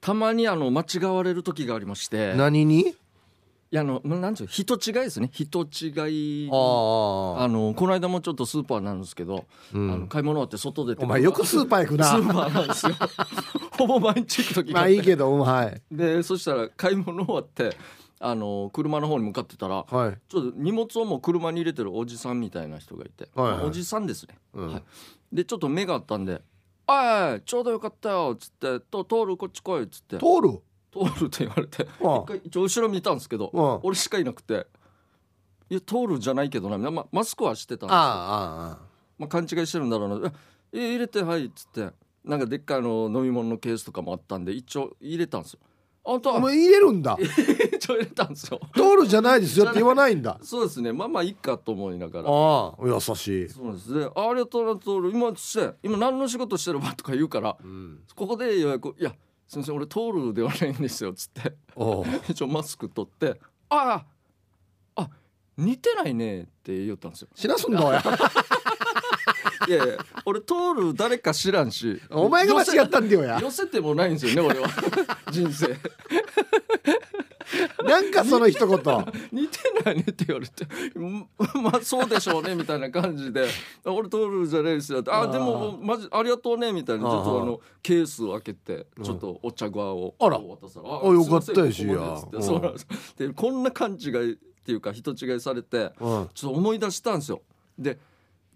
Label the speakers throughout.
Speaker 1: たまにあの間違われる時がありまして
Speaker 2: 何に
Speaker 1: いやあのまなんていう人違いですね人違い
Speaker 2: ああ
Speaker 1: あのこの間もちょっとスーパーなんですけど、
Speaker 2: うん
Speaker 1: あの買い物終わって外出て
Speaker 2: お前よくスーパー行く
Speaker 1: ス
Speaker 2: な
Speaker 1: ーパーなんです よほぼ毎日行く時
Speaker 2: ま
Speaker 1: があ
Speaker 2: あ
Speaker 1: って
Speaker 2: いいけどうんはい
Speaker 1: でそしたら買い物終わってあの車の方に向かってたら
Speaker 2: はい、
Speaker 1: ちょっと荷物をもう車に入れてるおじさんみたいな人がいて、
Speaker 2: はいはい
Speaker 1: まあおじさんですね
Speaker 2: うん
Speaker 1: はいでちょっと目があったんで「あいちょうどよかったよ」っつって「と通るこっち来い」っつって
Speaker 2: 通る
Speaker 1: 「通る」って言われて
Speaker 2: うん
Speaker 1: 一回一応後ろ見たんですけど
Speaker 2: うん
Speaker 1: 俺しかいなくて「いや通るじゃないけどな、ま、マスクはしてたんですよ
Speaker 2: あ
Speaker 1: まあ、勘違いしてるんだろうな「ええ入れてはい」っつってなんかでっかいあの飲み物のケースとかもあったんで一応入れたんですよ。あん
Speaker 2: あああ
Speaker 1: た
Speaker 2: お前入れるんだ
Speaker 1: 一応入れたんですよ。
Speaker 2: 通るじゃないですよって言わないんだ
Speaker 1: そうですねまあまあいいかと思いながら。
Speaker 2: ああ優しい、
Speaker 1: そうですね。ありがとうなと俺今して今何の仕事してるわとか言うから
Speaker 2: うん、
Speaker 1: ここで予約いやすみません俺通るではないんですよつって
Speaker 2: おう
Speaker 1: 一応マスク取ってあああ似てないねって言ったんですよ。
Speaker 2: 知らすんだ おや
Speaker 1: いやいや俺通る誰か知らんし
Speaker 2: お前が間違ったんだよや
Speaker 1: 寄せてもないんですよね俺は 人生
Speaker 2: なんかその一言
Speaker 1: 似てないねって言われてうんまあそうでしょうねみたいな感じで俺通るじゃないですよってあ
Speaker 2: あー
Speaker 1: でもマジありがとうねみたいなちょっ
Speaker 2: あ
Speaker 1: と
Speaker 2: ー
Speaker 1: あのケースを開けて
Speaker 2: うん
Speaker 1: ちょっとお茶側を
Speaker 2: あら
Speaker 1: 渡したら
Speaker 2: あよかったよ
Speaker 1: すいませんここまでっつって
Speaker 2: しや
Speaker 1: そうなんですでこんな勘違いっていうか人違いされて
Speaker 2: うん
Speaker 1: ちょっと思い出したんですよで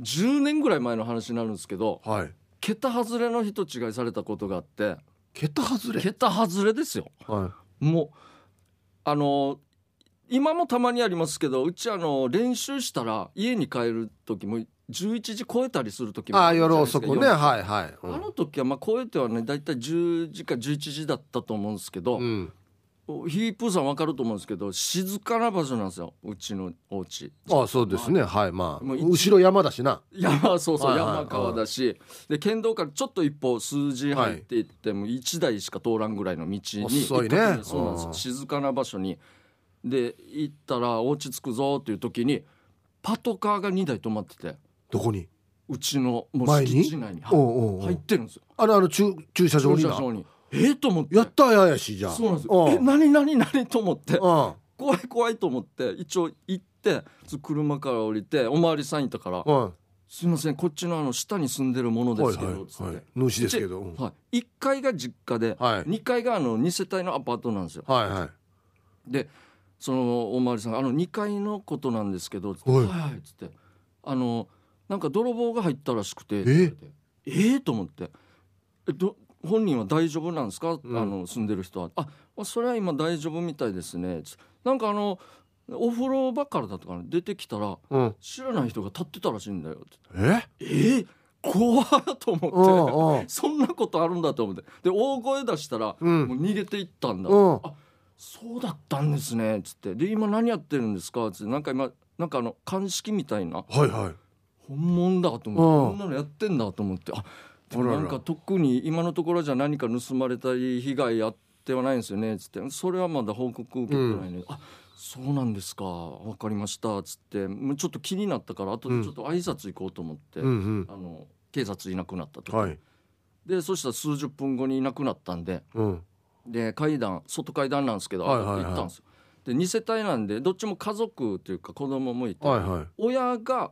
Speaker 1: 10年ぐらい前の話になるんですけど
Speaker 2: はい
Speaker 1: 桁外れの人違いされたことがあって
Speaker 2: 桁外れ、
Speaker 1: 桁外れですよ
Speaker 2: は
Speaker 1: もうあの今もたまにありますけどうちあの練習したら家に帰る時も11時超えたりする時
Speaker 2: い、
Speaker 1: も
Speaker 2: ああ
Speaker 1: るじゃ
Speaker 2: 夜
Speaker 1: ないですか
Speaker 2: 遅くね
Speaker 1: 夜
Speaker 2: はいはい、う
Speaker 1: あ
Speaker 2: ん
Speaker 1: の時はまあ超えてはね大体10時か11時だったと思うんですけど、
Speaker 2: うん、
Speaker 1: ヒープーさん分かると思うんですけど静かな場所なんですようちのお家
Speaker 2: ああそうですねはいまあ
Speaker 1: もう一
Speaker 2: 後ろ山だしな
Speaker 1: 山そうそう、
Speaker 2: はいはいはい
Speaker 1: 山川だしで県道からちょっと一歩数字入っていっても1台しか通らんぐらいの道に
Speaker 2: 遅い
Speaker 1: 一
Speaker 2: ね
Speaker 1: 角そうなんです
Speaker 2: うん
Speaker 1: 静かな場所にで行ったらお家着くぞっていう時にパトカーが2台止まってて
Speaker 2: どこに
Speaker 1: うちのもう
Speaker 2: 前に
Speaker 1: 敷地内に
Speaker 2: お
Speaker 1: は
Speaker 2: うおうおう
Speaker 1: 入ってるんですよ
Speaker 2: あれあの駐駐車場
Speaker 1: 駐
Speaker 2: に
Speaker 1: 車
Speaker 2: な
Speaker 1: 場にえっと思って
Speaker 2: やったややしじゃあ
Speaker 1: そうなんですよえ何何何と思って
Speaker 2: うん
Speaker 1: 怖い怖いと思って一応行って車から降りておまわりさんいたから
Speaker 2: うん
Speaker 1: 「すいませんこっちのあの下に住んでるもので
Speaker 2: はい
Speaker 1: すけど」つっ
Speaker 2: はいは
Speaker 1: て
Speaker 2: い。主ですけど。うん
Speaker 1: はい、1階が実家で、
Speaker 2: はい
Speaker 1: 2階があの2世帯のアパートなんですよ
Speaker 2: はいはい。
Speaker 1: でそのおまわりさんが「あの2階のことなんですけど」つって
Speaker 2: は
Speaker 1: は
Speaker 2: い
Speaker 1: いはい」っつって「あのなんか泥棒が入ったらしくて」
Speaker 2: え
Speaker 1: ってえーと思って「えど本人は大丈夫なんですか、
Speaker 2: うん
Speaker 1: あの住んでる人は」あ「あそれは今大丈夫みたいですね」つってなんかあのお風呂場からだとか出てきたら
Speaker 2: うん。
Speaker 1: 知らない人が立ってたらしいんだよって
Speaker 2: え？
Speaker 1: 「えー、怖っ!」と思って。
Speaker 2: うんうん。
Speaker 1: そんなことあるんだと思ってで大声出したら、
Speaker 2: う
Speaker 1: も
Speaker 2: ん
Speaker 1: う逃げていったんだ、
Speaker 2: うん。
Speaker 1: そうだったんですねっつってで今何やってるんですかっつってなんか今なんかあの鑑識みたいな
Speaker 2: はいはい。
Speaker 1: 本物だと思ってこんなのやってんだと思ってあでも
Speaker 2: あら
Speaker 1: な
Speaker 2: ら
Speaker 1: んか特に今のところじゃ何か盗まれたり被害あってはないんですよねっつってそれはまだ報告受けてないね、あそうなんですかわかりましたっつってもうちょっと気になったから後でちょっと挨拶行こうと思って、
Speaker 2: うん
Speaker 1: あの警察いなくなったと
Speaker 2: うん。はい。
Speaker 1: でそしたら数十分後にいなくなったんで
Speaker 2: うん。
Speaker 1: で階段外階段なんですけど
Speaker 2: はい
Speaker 1: 上
Speaker 2: はいは
Speaker 1: が
Speaker 2: い
Speaker 1: って行ったんですよ、で2世帯なんでどっちも家族というか子供もいて、
Speaker 2: はいはい。
Speaker 1: 親が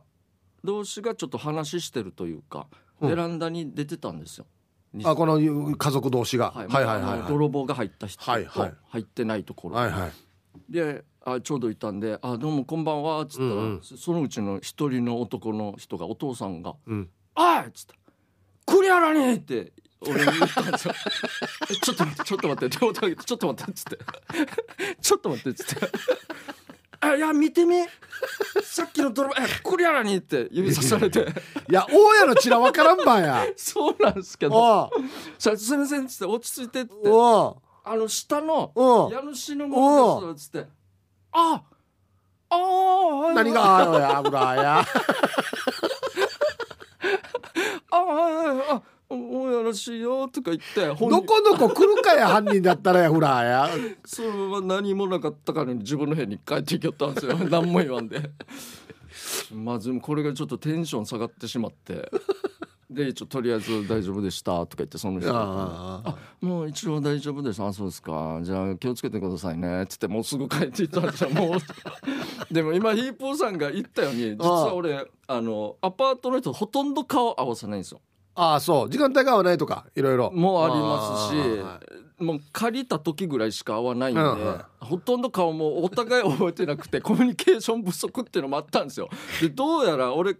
Speaker 1: 同士がちょっと話してるというか、
Speaker 2: うん
Speaker 1: ベランダに出てたんですよ。
Speaker 2: あこの家族同士が。はいはいはい
Speaker 1: まああの
Speaker 2: はい。
Speaker 1: 泥棒が入った人と
Speaker 2: はいはい
Speaker 1: 入ってないところ、
Speaker 2: はいはい。
Speaker 1: であちょうどいたんで「あどうもこんばんは」っつったら、
Speaker 2: うんうん
Speaker 1: そそのうちの一人の男の人がお父さんが
Speaker 2: うん。
Speaker 1: おいっつって「栗原に!」って俺に言ったん ですよえちょっと待ってちょっと待って両手上げてちょっと待ってっつって「ちょっと待って」っつって「あいや見てみさっきの泥棒え栗原に!」って指さされて
Speaker 2: いや大家のちらわからん ばや。
Speaker 1: そうなんですけど
Speaker 2: おう
Speaker 1: 「さすいません」っつって落ち着いてっつって
Speaker 2: おう
Speaker 1: 「あの下の
Speaker 2: おう。
Speaker 1: 家主のものです」っつって「あああ
Speaker 2: 何があおやぶらや。
Speaker 1: ああああおおやらしいよ」とか言って 本人
Speaker 2: どこどこ来るかや犯人だったらやふらや。
Speaker 1: そのまま何もなかったからに自分の部屋に帰っていきよったんですよ何も言わんでまずこれがちょっとテンション下がってしまってで一応とりあえず大丈夫でしたとか言ってその人が
Speaker 2: ああ
Speaker 1: もう一応大丈夫ですあそうですかじゃあ気をつけてくださいねっつってもうすぐ帰っていったんじゃんもうでも今ヒーポーさんが言ったように実は俺あのアパートの人ほとんど顔合わせないんですよ
Speaker 2: ああそう時間帯が合わないとかいろいろ
Speaker 1: もうありますし
Speaker 2: あ
Speaker 1: もう借りた時ぐらいしか会わないんで、
Speaker 2: うんうん
Speaker 1: ほとんど顔もお互い覚えてなくて コミュニケーション不足っていうのもあったんですよでどうやら俺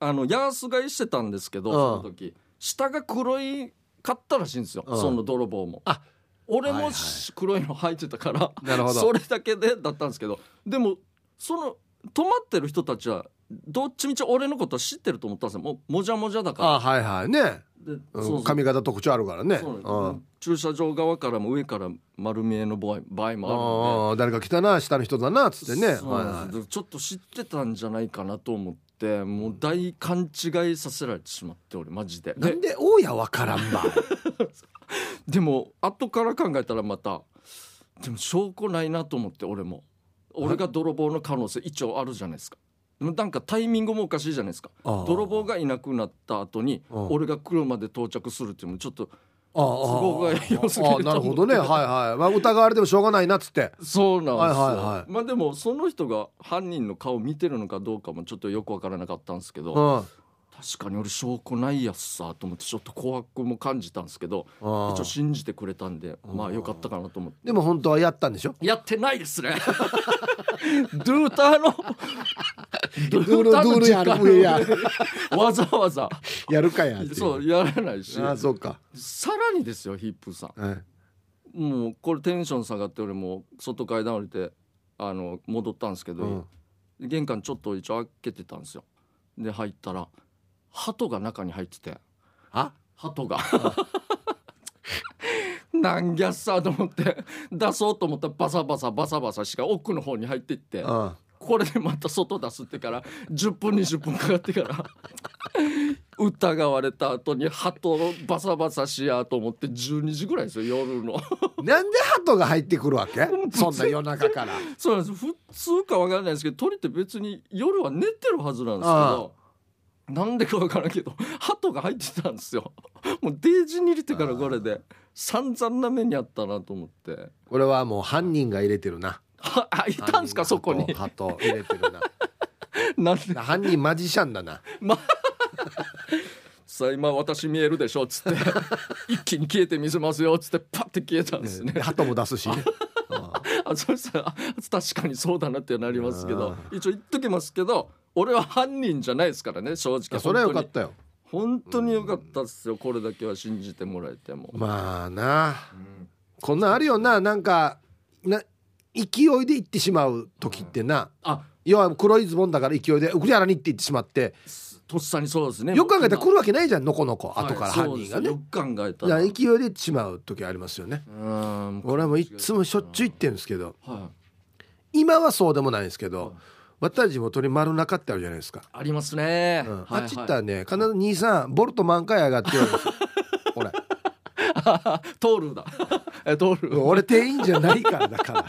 Speaker 1: あのヤース買いしてたんですけど
Speaker 2: うん
Speaker 1: その時下が黒い買ったらしいんですよ、
Speaker 2: うん
Speaker 1: その泥棒も
Speaker 2: あ
Speaker 1: 俺
Speaker 2: はいは
Speaker 1: も
Speaker 2: い
Speaker 1: し黒いの履いてたから
Speaker 2: あ なるほど
Speaker 1: それだけでだったんですけどでもその泊まってる人たちはどっちみち俺のことは知ってると思ったんですよもうもじゃもじゃだから
Speaker 2: あはいはいね、
Speaker 1: で
Speaker 2: うん
Speaker 1: そうそう
Speaker 2: 髪型特徴あるからね
Speaker 1: そうなんです
Speaker 2: うん
Speaker 1: 駐車場側からも上から丸見えの場合場合も
Speaker 2: ああ誰か来たな下の人だなっつ
Speaker 1: ある
Speaker 2: って
Speaker 1: んで、
Speaker 2: ねはい
Speaker 1: そうなん
Speaker 2: は
Speaker 1: です
Speaker 2: い
Speaker 1: でちょっと知ってたんじゃないかなと思ってもう大勘違いさせられてしまって俺マジで
Speaker 2: な
Speaker 1: で
Speaker 2: んで大家わか らんば
Speaker 1: でも後から考えたらまたでも証拠ないなと思って俺も俺が泥棒の可能性一応あるじゃないですかでもなんかタイミングもおかしいじゃないですか泥棒がいなくなった後に
Speaker 2: うん
Speaker 1: 俺が車で到着するっていうのもちょっと
Speaker 2: あ
Speaker 1: 都合が良すぎると思
Speaker 2: あ
Speaker 1: って
Speaker 2: なるほどねはいはい、まあ、疑われてもしょうがないなっつって
Speaker 1: そうなんですよ、
Speaker 2: はいはいはい
Speaker 1: まあでもその人が犯人の顔見てるのかどうかもちょっとよくわからなかったんですけど、
Speaker 2: うんあ
Speaker 1: 確かに俺証拠ないやつさと思ってちょっと怖くも感じたんですけど
Speaker 2: あ
Speaker 1: 一応信じてくれたんで
Speaker 2: うん
Speaker 1: まあよかったかなと思って
Speaker 2: でも本当はやったんでしょ
Speaker 1: やってないです ね ドゥーターのド
Speaker 2: ゥルドゥルやる
Speaker 1: ゥ
Speaker 2: や
Speaker 1: ーターの時間をわざわざ
Speaker 2: やるかやってい
Speaker 1: そうやらないし
Speaker 2: ああそうか、
Speaker 1: さらにですよヒップさん
Speaker 2: はい、
Speaker 1: もうこれテンション下がって俺もう外階段降りてあの戻ったんですけど、
Speaker 2: うん
Speaker 1: 玄関ちょっと一応開けてたんですよで入ったら鳩が中に入ってて
Speaker 2: あ
Speaker 1: 鳩がなんギャッサーと思って出そうと思ったらバサバサバサバサしか奥の方に入っていって
Speaker 2: あ
Speaker 1: これでまた外出すってから10分20分かかってから疑われた後に鳩をバサバサしやと思って12時ぐらいですよ夜の
Speaker 2: なんで鳩が入ってくるわ けそんな夜中から
Speaker 1: そうなんです普通かわからないですけど鳥って別に夜は寝てるはずなんですけどなんでかわからんけど 鳩が入ってたんですよもうデージに入れてからこれで散々な目にあったなと思って
Speaker 2: これはもう犯人が入れてるな
Speaker 1: はあいたんですかそこ に
Speaker 2: 鳩鳩入れてるな
Speaker 1: なんで
Speaker 2: 犯人マジシャンだな
Speaker 1: さあ今私見えるでしょっ つって一気に消えてみせますよっつってパッて消えたんですね
Speaker 2: 鳩も出すしね
Speaker 1: あそしたらあ確かにそうだなってなりますけど
Speaker 2: あ
Speaker 1: 一応言っときますけど俺は犯人じゃないですからね正
Speaker 2: うん
Speaker 1: 直
Speaker 2: それはよ
Speaker 1: 本当
Speaker 2: かっ
Speaker 1: に
Speaker 2: たよ
Speaker 1: 本当に良かったっすよこれだけは信じてもらえても、
Speaker 2: まあなこんなんあるよななんかな勢いで行ってしまう時ってな
Speaker 1: あ
Speaker 2: 要は黒いズボンだから勢いで「クリアラに」って行ってしまって
Speaker 1: とっさにそうですね
Speaker 2: よく考えたら来
Speaker 1: こ
Speaker 2: るわけないじゃんのこのこ後から犯人がね
Speaker 1: よく考えた
Speaker 2: だから
Speaker 1: ら
Speaker 2: 勢いで行ってしまう時ありますよね
Speaker 1: うん
Speaker 2: 俺はもういつもしょっちゅう行ってるんですけど
Speaker 1: はい
Speaker 2: 今はそうでもないんですけ
Speaker 1: うん
Speaker 2: ど私も鳥丸中ってあるじゃないですか
Speaker 1: ありますね、
Speaker 2: うん
Speaker 1: はいはい
Speaker 2: あっち 行ったらね必ず23ボルト満開上がってるんですよ俺
Speaker 1: 通るだ え通る
Speaker 2: 俺店員じゃないからだ から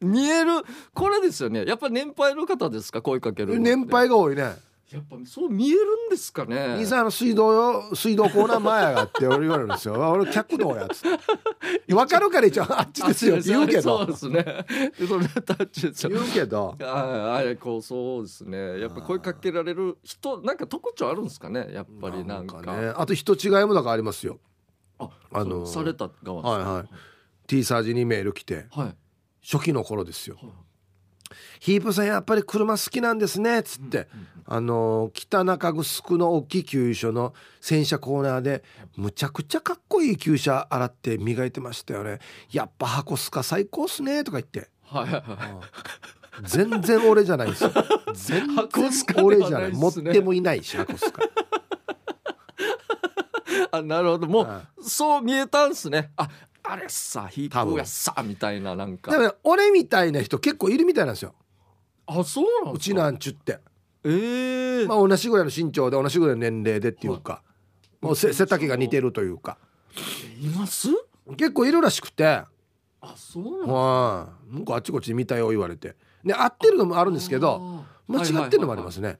Speaker 1: 見えるこれですよねやっぱ年配の方ですか声かけるのって
Speaker 2: 年配が多いね
Speaker 1: やっぱそう見えるんですかね
Speaker 2: 兄さんあの水道よ水道コーナー前やがって俺言われるんですよ俺客道やっつって分かるから 一応あっちですよって言うけ
Speaker 1: そう
Speaker 2: ど
Speaker 1: ですねでそれタッチですよ
Speaker 2: 言うけど
Speaker 1: ああこうそうですねやっぱ声かけられる人なんか特徴あるんですかねやっぱりなんか
Speaker 2: ねあと人違いもだからありますよ
Speaker 1: あ
Speaker 2: あ
Speaker 1: の
Speaker 2: の
Speaker 1: された側
Speaker 2: はいはい T サージにメール来て
Speaker 1: はい、はい
Speaker 2: 初期の頃ですよヒープさんやっぱり車好きなんですねっつって、あのー北中城の大きい給油所の洗車コーナーでむちゃくちゃかっこいい給車洗って磨いてましたよねやっぱ箱スカ最高っすねとか言って
Speaker 1: はいは
Speaker 2: 全然俺じゃないんですよ全然俺じゃない
Speaker 1: 箱スカではないっ
Speaker 2: 持っ
Speaker 1: すね
Speaker 2: てもいないし箱スカ
Speaker 1: いあなるほどもう、
Speaker 2: は
Speaker 1: そう見えたんすねああれさヒ
Speaker 2: 多
Speaker 1: ープ
Speaker 2: 分
Speaker 1: やさみたいななん
Speaker 2: でも
Speaker 1: か
Speaker 2: ね俺みたいな人結構いるみたいなんですよ
Speaker 1: あそうなん
Speaker 2: う
Speaker 1: です
Speaker 2: ち
Speaker 1: か
Speaker 2: なんちゅって、
Speaker 1: えー
Speaker 2: まあ、同じぐらいの身長で同じぐらいの年齢でっていうか、もう背背丈が似てるというか
Speaker 1: います
Speaker 2: 結構いるらしくて。
Speaker 1: あそうなん
Speaker 2: はい、なんかあっちこっちで見たよ言われて、ね、合ってるのもあるんですけど間違ってるのもありますね、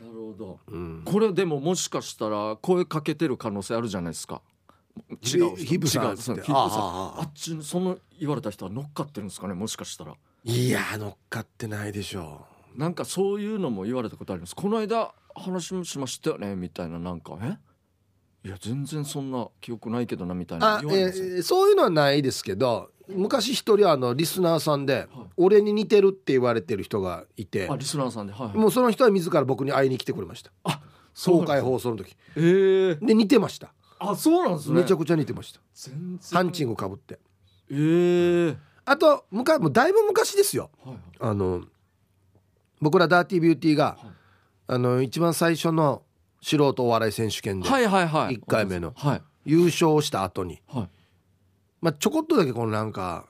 Speaker 1: えなるほど
Speaker 2: うん、
Speaker 1: これでももしかしたら声かけてる可能性あるじゃないですか違う人
Speaker 2: ヒップさん
Speaker 1: 違うそう
Speaker 2: って
Speaker 1: ヒップさん
Speaker 2: あああ
Speaker 1: あ
Speaker 2: あ
Speaker 1: っちのその言われた人は乗っかってるんですかねもしかしたら
Speaker 2: いやー乗っかってないでしょ
Speaker 1: なんかそういうのも言われたことありますこの間話もしましたよねみたいななんかえいや全然そんな記憶ないけどなみたいな
Speaker 2: あ、
Speaker 1: 言われ
Speaker 2: え
Speaker 1: ますよ
Speaker 2: ーそういうのはないですけど昔一人あのリスナーさんで
Speaker 1: はい
Speaker 2: 俺に似てるって言われてる人がいて
Speaker 1: あリスナーさんではいはい
Speaker 2: もうその人は自ら僕に会いに来てくれました
Speaker 1: そうな
Speaker 2: 公
Speaker 1: んです
Speaker 2: 開放送の時
Speaker 1: えー
Speaker 2: で似てました
Speaker 1: あそうなんですね
Speaker 2: めちゃくちゃ似てました
Speaker 1: 全然
Speaker 2: ハンチングかぶって
Speaker 1: えー
Speaker 2: あと昔もうだいぶ昔ですよ
Speaker 1: はいはい
Speaker 2: あの僕らダーティービューティーが
Speaker 1: はい
Speaker 2: あの一番最初の素人お笑い選手権で
Speaker 1: はいはいはい
Speaker 2: 一回目の
Speaker 1: はい
Speaker 2: 優勝した後に
Speaker 1: はい
Speaker 2: まあ、ちょこっとだけこのなんか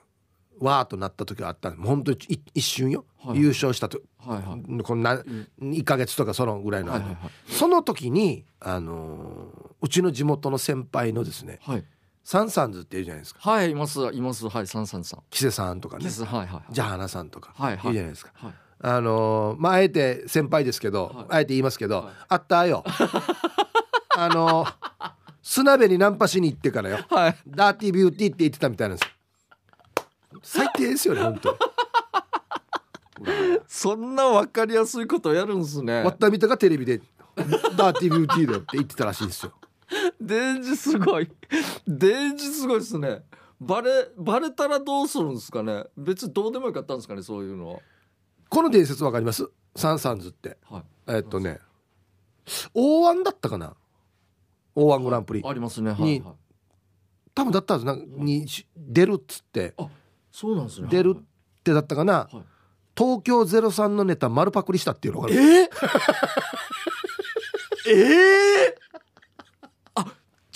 Speaker 2: わーっとなった時はあったんで本当にい一瞬よ、
Speaker 1: はい
Speaker 2: 優勝したと
Speaker 1: はいはい
Speaker 2: こんな
Speaker 1: うん
Speaker 2: 1ヶ月とかそのぐらいの、
Speaker 1: はいはい
Speaker 2: その時に、あのーうちの地元の先輩のですね
Speaker 1: はい
Speaker 2: サンサンズっていうじゃないですか
Speaker 1: はいいますいますはい三三さん
Speaker 2: 木瀬さんとかね
Speaker 1: ですはいはい
Speaker 2: ジャーナさんとか、
Speaker 1: はいはい
Speaker 2: いじゃないですか。
Speaker 1: はい
Speaker 2: あのーまああえて先輩ですけど、
Speaker 1: はい
Speaker 2: あえて言いますけど、
Speaker 1: はい
Speaker 2: あった よあのー砂辺にナンパしに行ってからよ
Speaker 1: はい
Speaker 2: ダーティービューティーって言ってたみたいなんですよ最低ですよね本当
Speaker 1: そんなわかりやすいことやるんですね
Speaker 2: 割った見たがテレビで「ダーティービューティーだよ」って言ってたらしいですよ
Speaker 1: デンジすごいデンジすごいですねバレバレたらどうするんですかね別にどうでもよかったんですかねそういうのは
Speaker 2: この伝説わかりますサンサンズって
Speaker 1: はい
Speaker 2: えっとね O1 だったかな O1 グランプリ
Speaker 1: ありますねはい、
Speaker 2: に
Speaker 1: はい
Speaker 2: 多分だったはずなんかにし出るっつって
Speaker 1: そうなんですね
Speaker 2: 出るってだったかな
Speaker 1: はい
Speaker 2: 東京03のネタ丸パクリしたっていうのがある
Speaker 1: えええあ、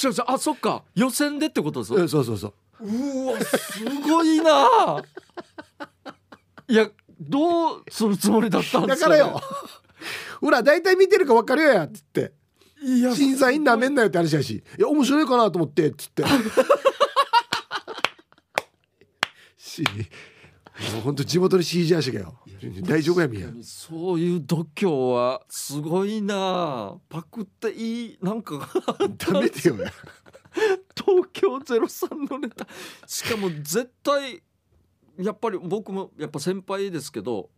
Speaker 1: 違う違う、あ、そっか、予選でってことです。う
Speaker 2: えそうそうそう
Speaker 1: わ、すごいな。いや、どうするつもりだったんで
Speaker 2: だ
Speaker 1: す
Speaker 2: か
Speaker 1: か、
Speaker 2: ら
Speaker 1: ね。
Speaker 2: よほら大体見てるかわかるよやっつって
Speaker 1: いや、
Speaker 2: 審査員なめんなよって話やしいや面白いかなと思ってっ つってしもうほんと地元に CG 足がよ 大丈夫やみんや
Speaker 1: そういう度胸はすごいな。パクっていい、なんか
Speaker 2: ダメだよや
Speaker 1: 東京ゼロ三のネタ。しかも絶対。やっぱり僕もやっぱ先輩ですけど。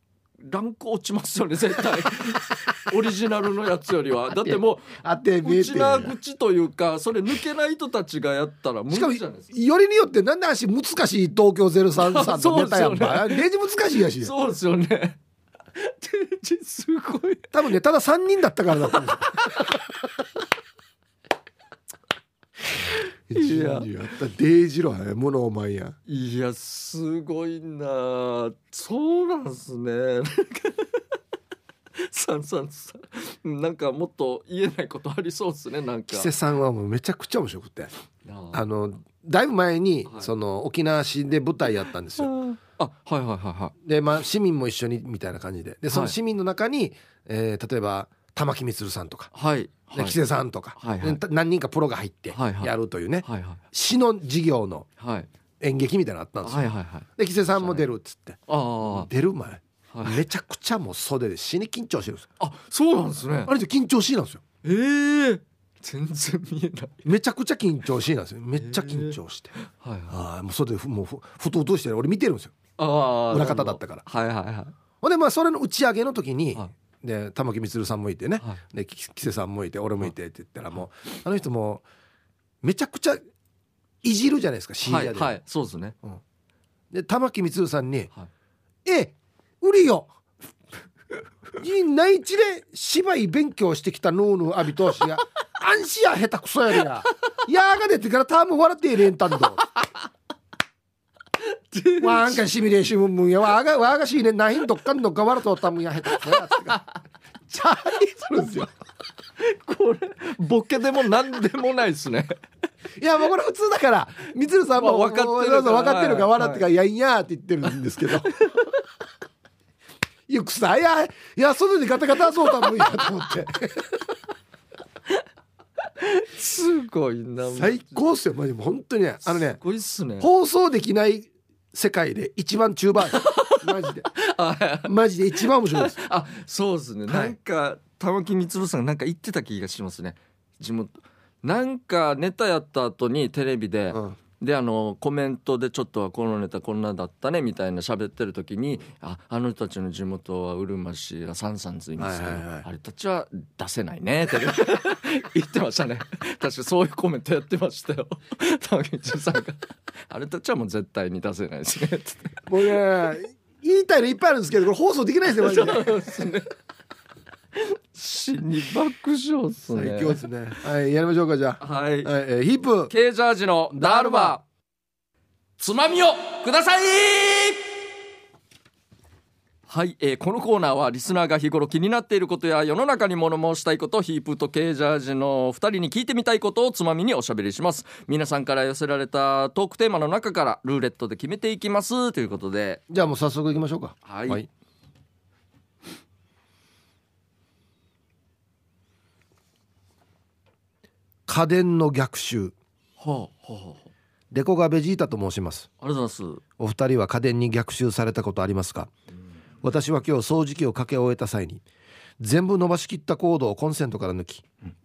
Speaker 1: ランク落ちますよね絶対 オリジナルのやつよりはだってもう
Speaker 2: あって見え
Speaker 1: う
Speaker 2: て
Speaker 1: ちな口というかそれ抜けない人たちがやったら無
Speaker 2: しかも
Speaker 1: 理じゃないですか
Speaker 2: よりによってなんで足難しい東京03さんのネタやんかレジ難しいやし
Speaker 1: そうですよね てじすごい
Speaker 2: 多分ねただ3人だったからだったんで す
Speaker 1: い
Speaker 2: よ
Speaker 1: や
Speaker 2: 人事やったデイジロはものお前や
Speaker 1: いやすごいなあそうなんですね なんかさんさんさんなんかもっと言えないことありそうですねなんか
Speaker 2: 木瀬さんはもうめちゃくちゃ面白くて
Speaker 1: あ
Speaker 2: あのだいぶ前に、
Speaker 1: はい
Speaker 2: その沖縄市で舞台やったんですよ。
Speaker 1: あはいはいはいは
Speaker 2: で、まあ、市民も一緒にみたいな感じででそ
Speaker 1: は
Speaker 2: の
Speaker 1: い
Speaker 2: 市民の中に、えー例ええば玉木充さんとか、
Speaker 1: いはい
Speaker 2: で
Speaker 1: はい
Speaker 2: 木瀬さんとか、
Speaker 1: はいはい
Speaker 2: で何人かプロが入って
Speaker 1: はいはい
Speaker 2: やるというね、
Speaker 1: はいはい
Speaker 2: 市の事業の
Speaker 1: はい
Speaker 2: 演劇みたいなのあったんですよ。
Speaker 1: はいはいはい
Speaker 2: で木瀬さんも出るっつって
Speaker 1: あ
Speaker 2: 出る前、
Speaker 1: あ、はい、
Speaker 2: めちゃくちゃもう袖で死に緊張してるんですよ。
Speaker 1: あそうなんですね
Speaker 2: あれで緊張しいなんですよ。
Speaker 1: ええ全然見えない
Speaker 2: めちゃくちゃ緊張しいなんですよ。めっちゃ緊張して、
Speaker 1: はいはい
Speaker 2: ああもう袖でふもうふふと落としてる俺見てるんですよ。
Speaker 1: ああ
Speaker 2: 裏方だったから
Speaker 1: はいはいは
Speaker 2: ほんでまあそれの打ち上げの時に、
Speaker 1: は
Speaker 2: で玉木充さんもいてね、
Speaker 1: は
Speaker 2: でき木瀬さんもいて俺もいてって言ったらもうあの人もうめちゃくちゃいじるじゃないですか
Speaker 1: い
Speaker 2: 深
Speaker 1: は
Speaker 2: 夜
Speaker 1: い
Speaker 2: で。
Speaker 1: はいそうですね
Speaker 2: で玉木充さんに
Speaker 1: はい
Speaker 2: 「え売りよい内地で芝居勉強してきたヌーヌー阿ビ投手が「あんしや下手くそやりや」「やーが出てから多分笑ってえれんたんど」わんかしみれしむんむんやわがわがしいねないんどっかんどっかわらとったむんや下手くそやつがチャーリーするんですよ
Speaker 1: これボケでもなんでもないですね
Speaker 2: いやもうこれ普通だからみつるさんも
Speaker 1: まあ分かってるから
Speaker 2: そうそう分かってるから
Speaker 1: はい
Speaker 2: 笑ってから「いやいや」って言ってるんですけ ど「いやくさいやいや外でガタガタそうたぶんや」と思って
Speaker 1: すごいな
Speaker 2: 最高っすよマジもう本当にねあの
Speaker 1: す
Speaker 2: ね
Speaker 1: ごいっすね
Speaker 2: 放送できない世界で一番 中盤マジで
Speaker 1: あ
Speaker 2: マジで一番面白いです
Speaker 1: あそうですね、
Speaker 2: は
Speaker 1: な
Speaker 2: い
Speaker 1: んか玉木光郎さんがなんか言ってた気がしますね地元なんかネタやった後にテレビで、
Speaker 2: うん
Speaker 1: であのコメントでちょっとはこのネタこんなだったねみたいな喋ってる時に「ああの人たちの地元はうるま市らサンサンズいますけど、
Speaker 2: はいはいはい
Speaker 1: あれたちは出せないね」って 言ってましたね確かそういうコメントやってましたよ 玉木一郎さんが「あれたちはもう絶対に出せないですね」って
Speaker 2: もうね言いたいのいっぱいあるんですけどこれ放送できないですねマジで
Speaker 1: 死に爆笑っすね
Speaker 2: 最強ですねはいやりましょうかじゃあ、
Speaker 1: はい
Speaker 2: はいえーヒップ
Speaker 1: ケージャージのダールバーつまみをくださいはい、えーこのコーナーはリスナーが日頃気になっていることや世の中に物申したいことヒープとケージャージの2人に聞いてみたいことをつまみにおしゃべりします皆さんから寄せられたトークテーマの中からルーレットで決めていきますということで
Speaker 2: じゃあもう早速行きましょうか
Speaker 1: はい
Speaker 2: 家電の逆襲
Speaker 1: はあ、は
Speaker 2: レコがベジータと申します
Speaker 1: あ、ありがとうございます
Speaker 2: お二人は家電に逆襲されたことありますか私は今日掃除機をかけ終えた際に全部伸ばしきったコードをコンセントから抜き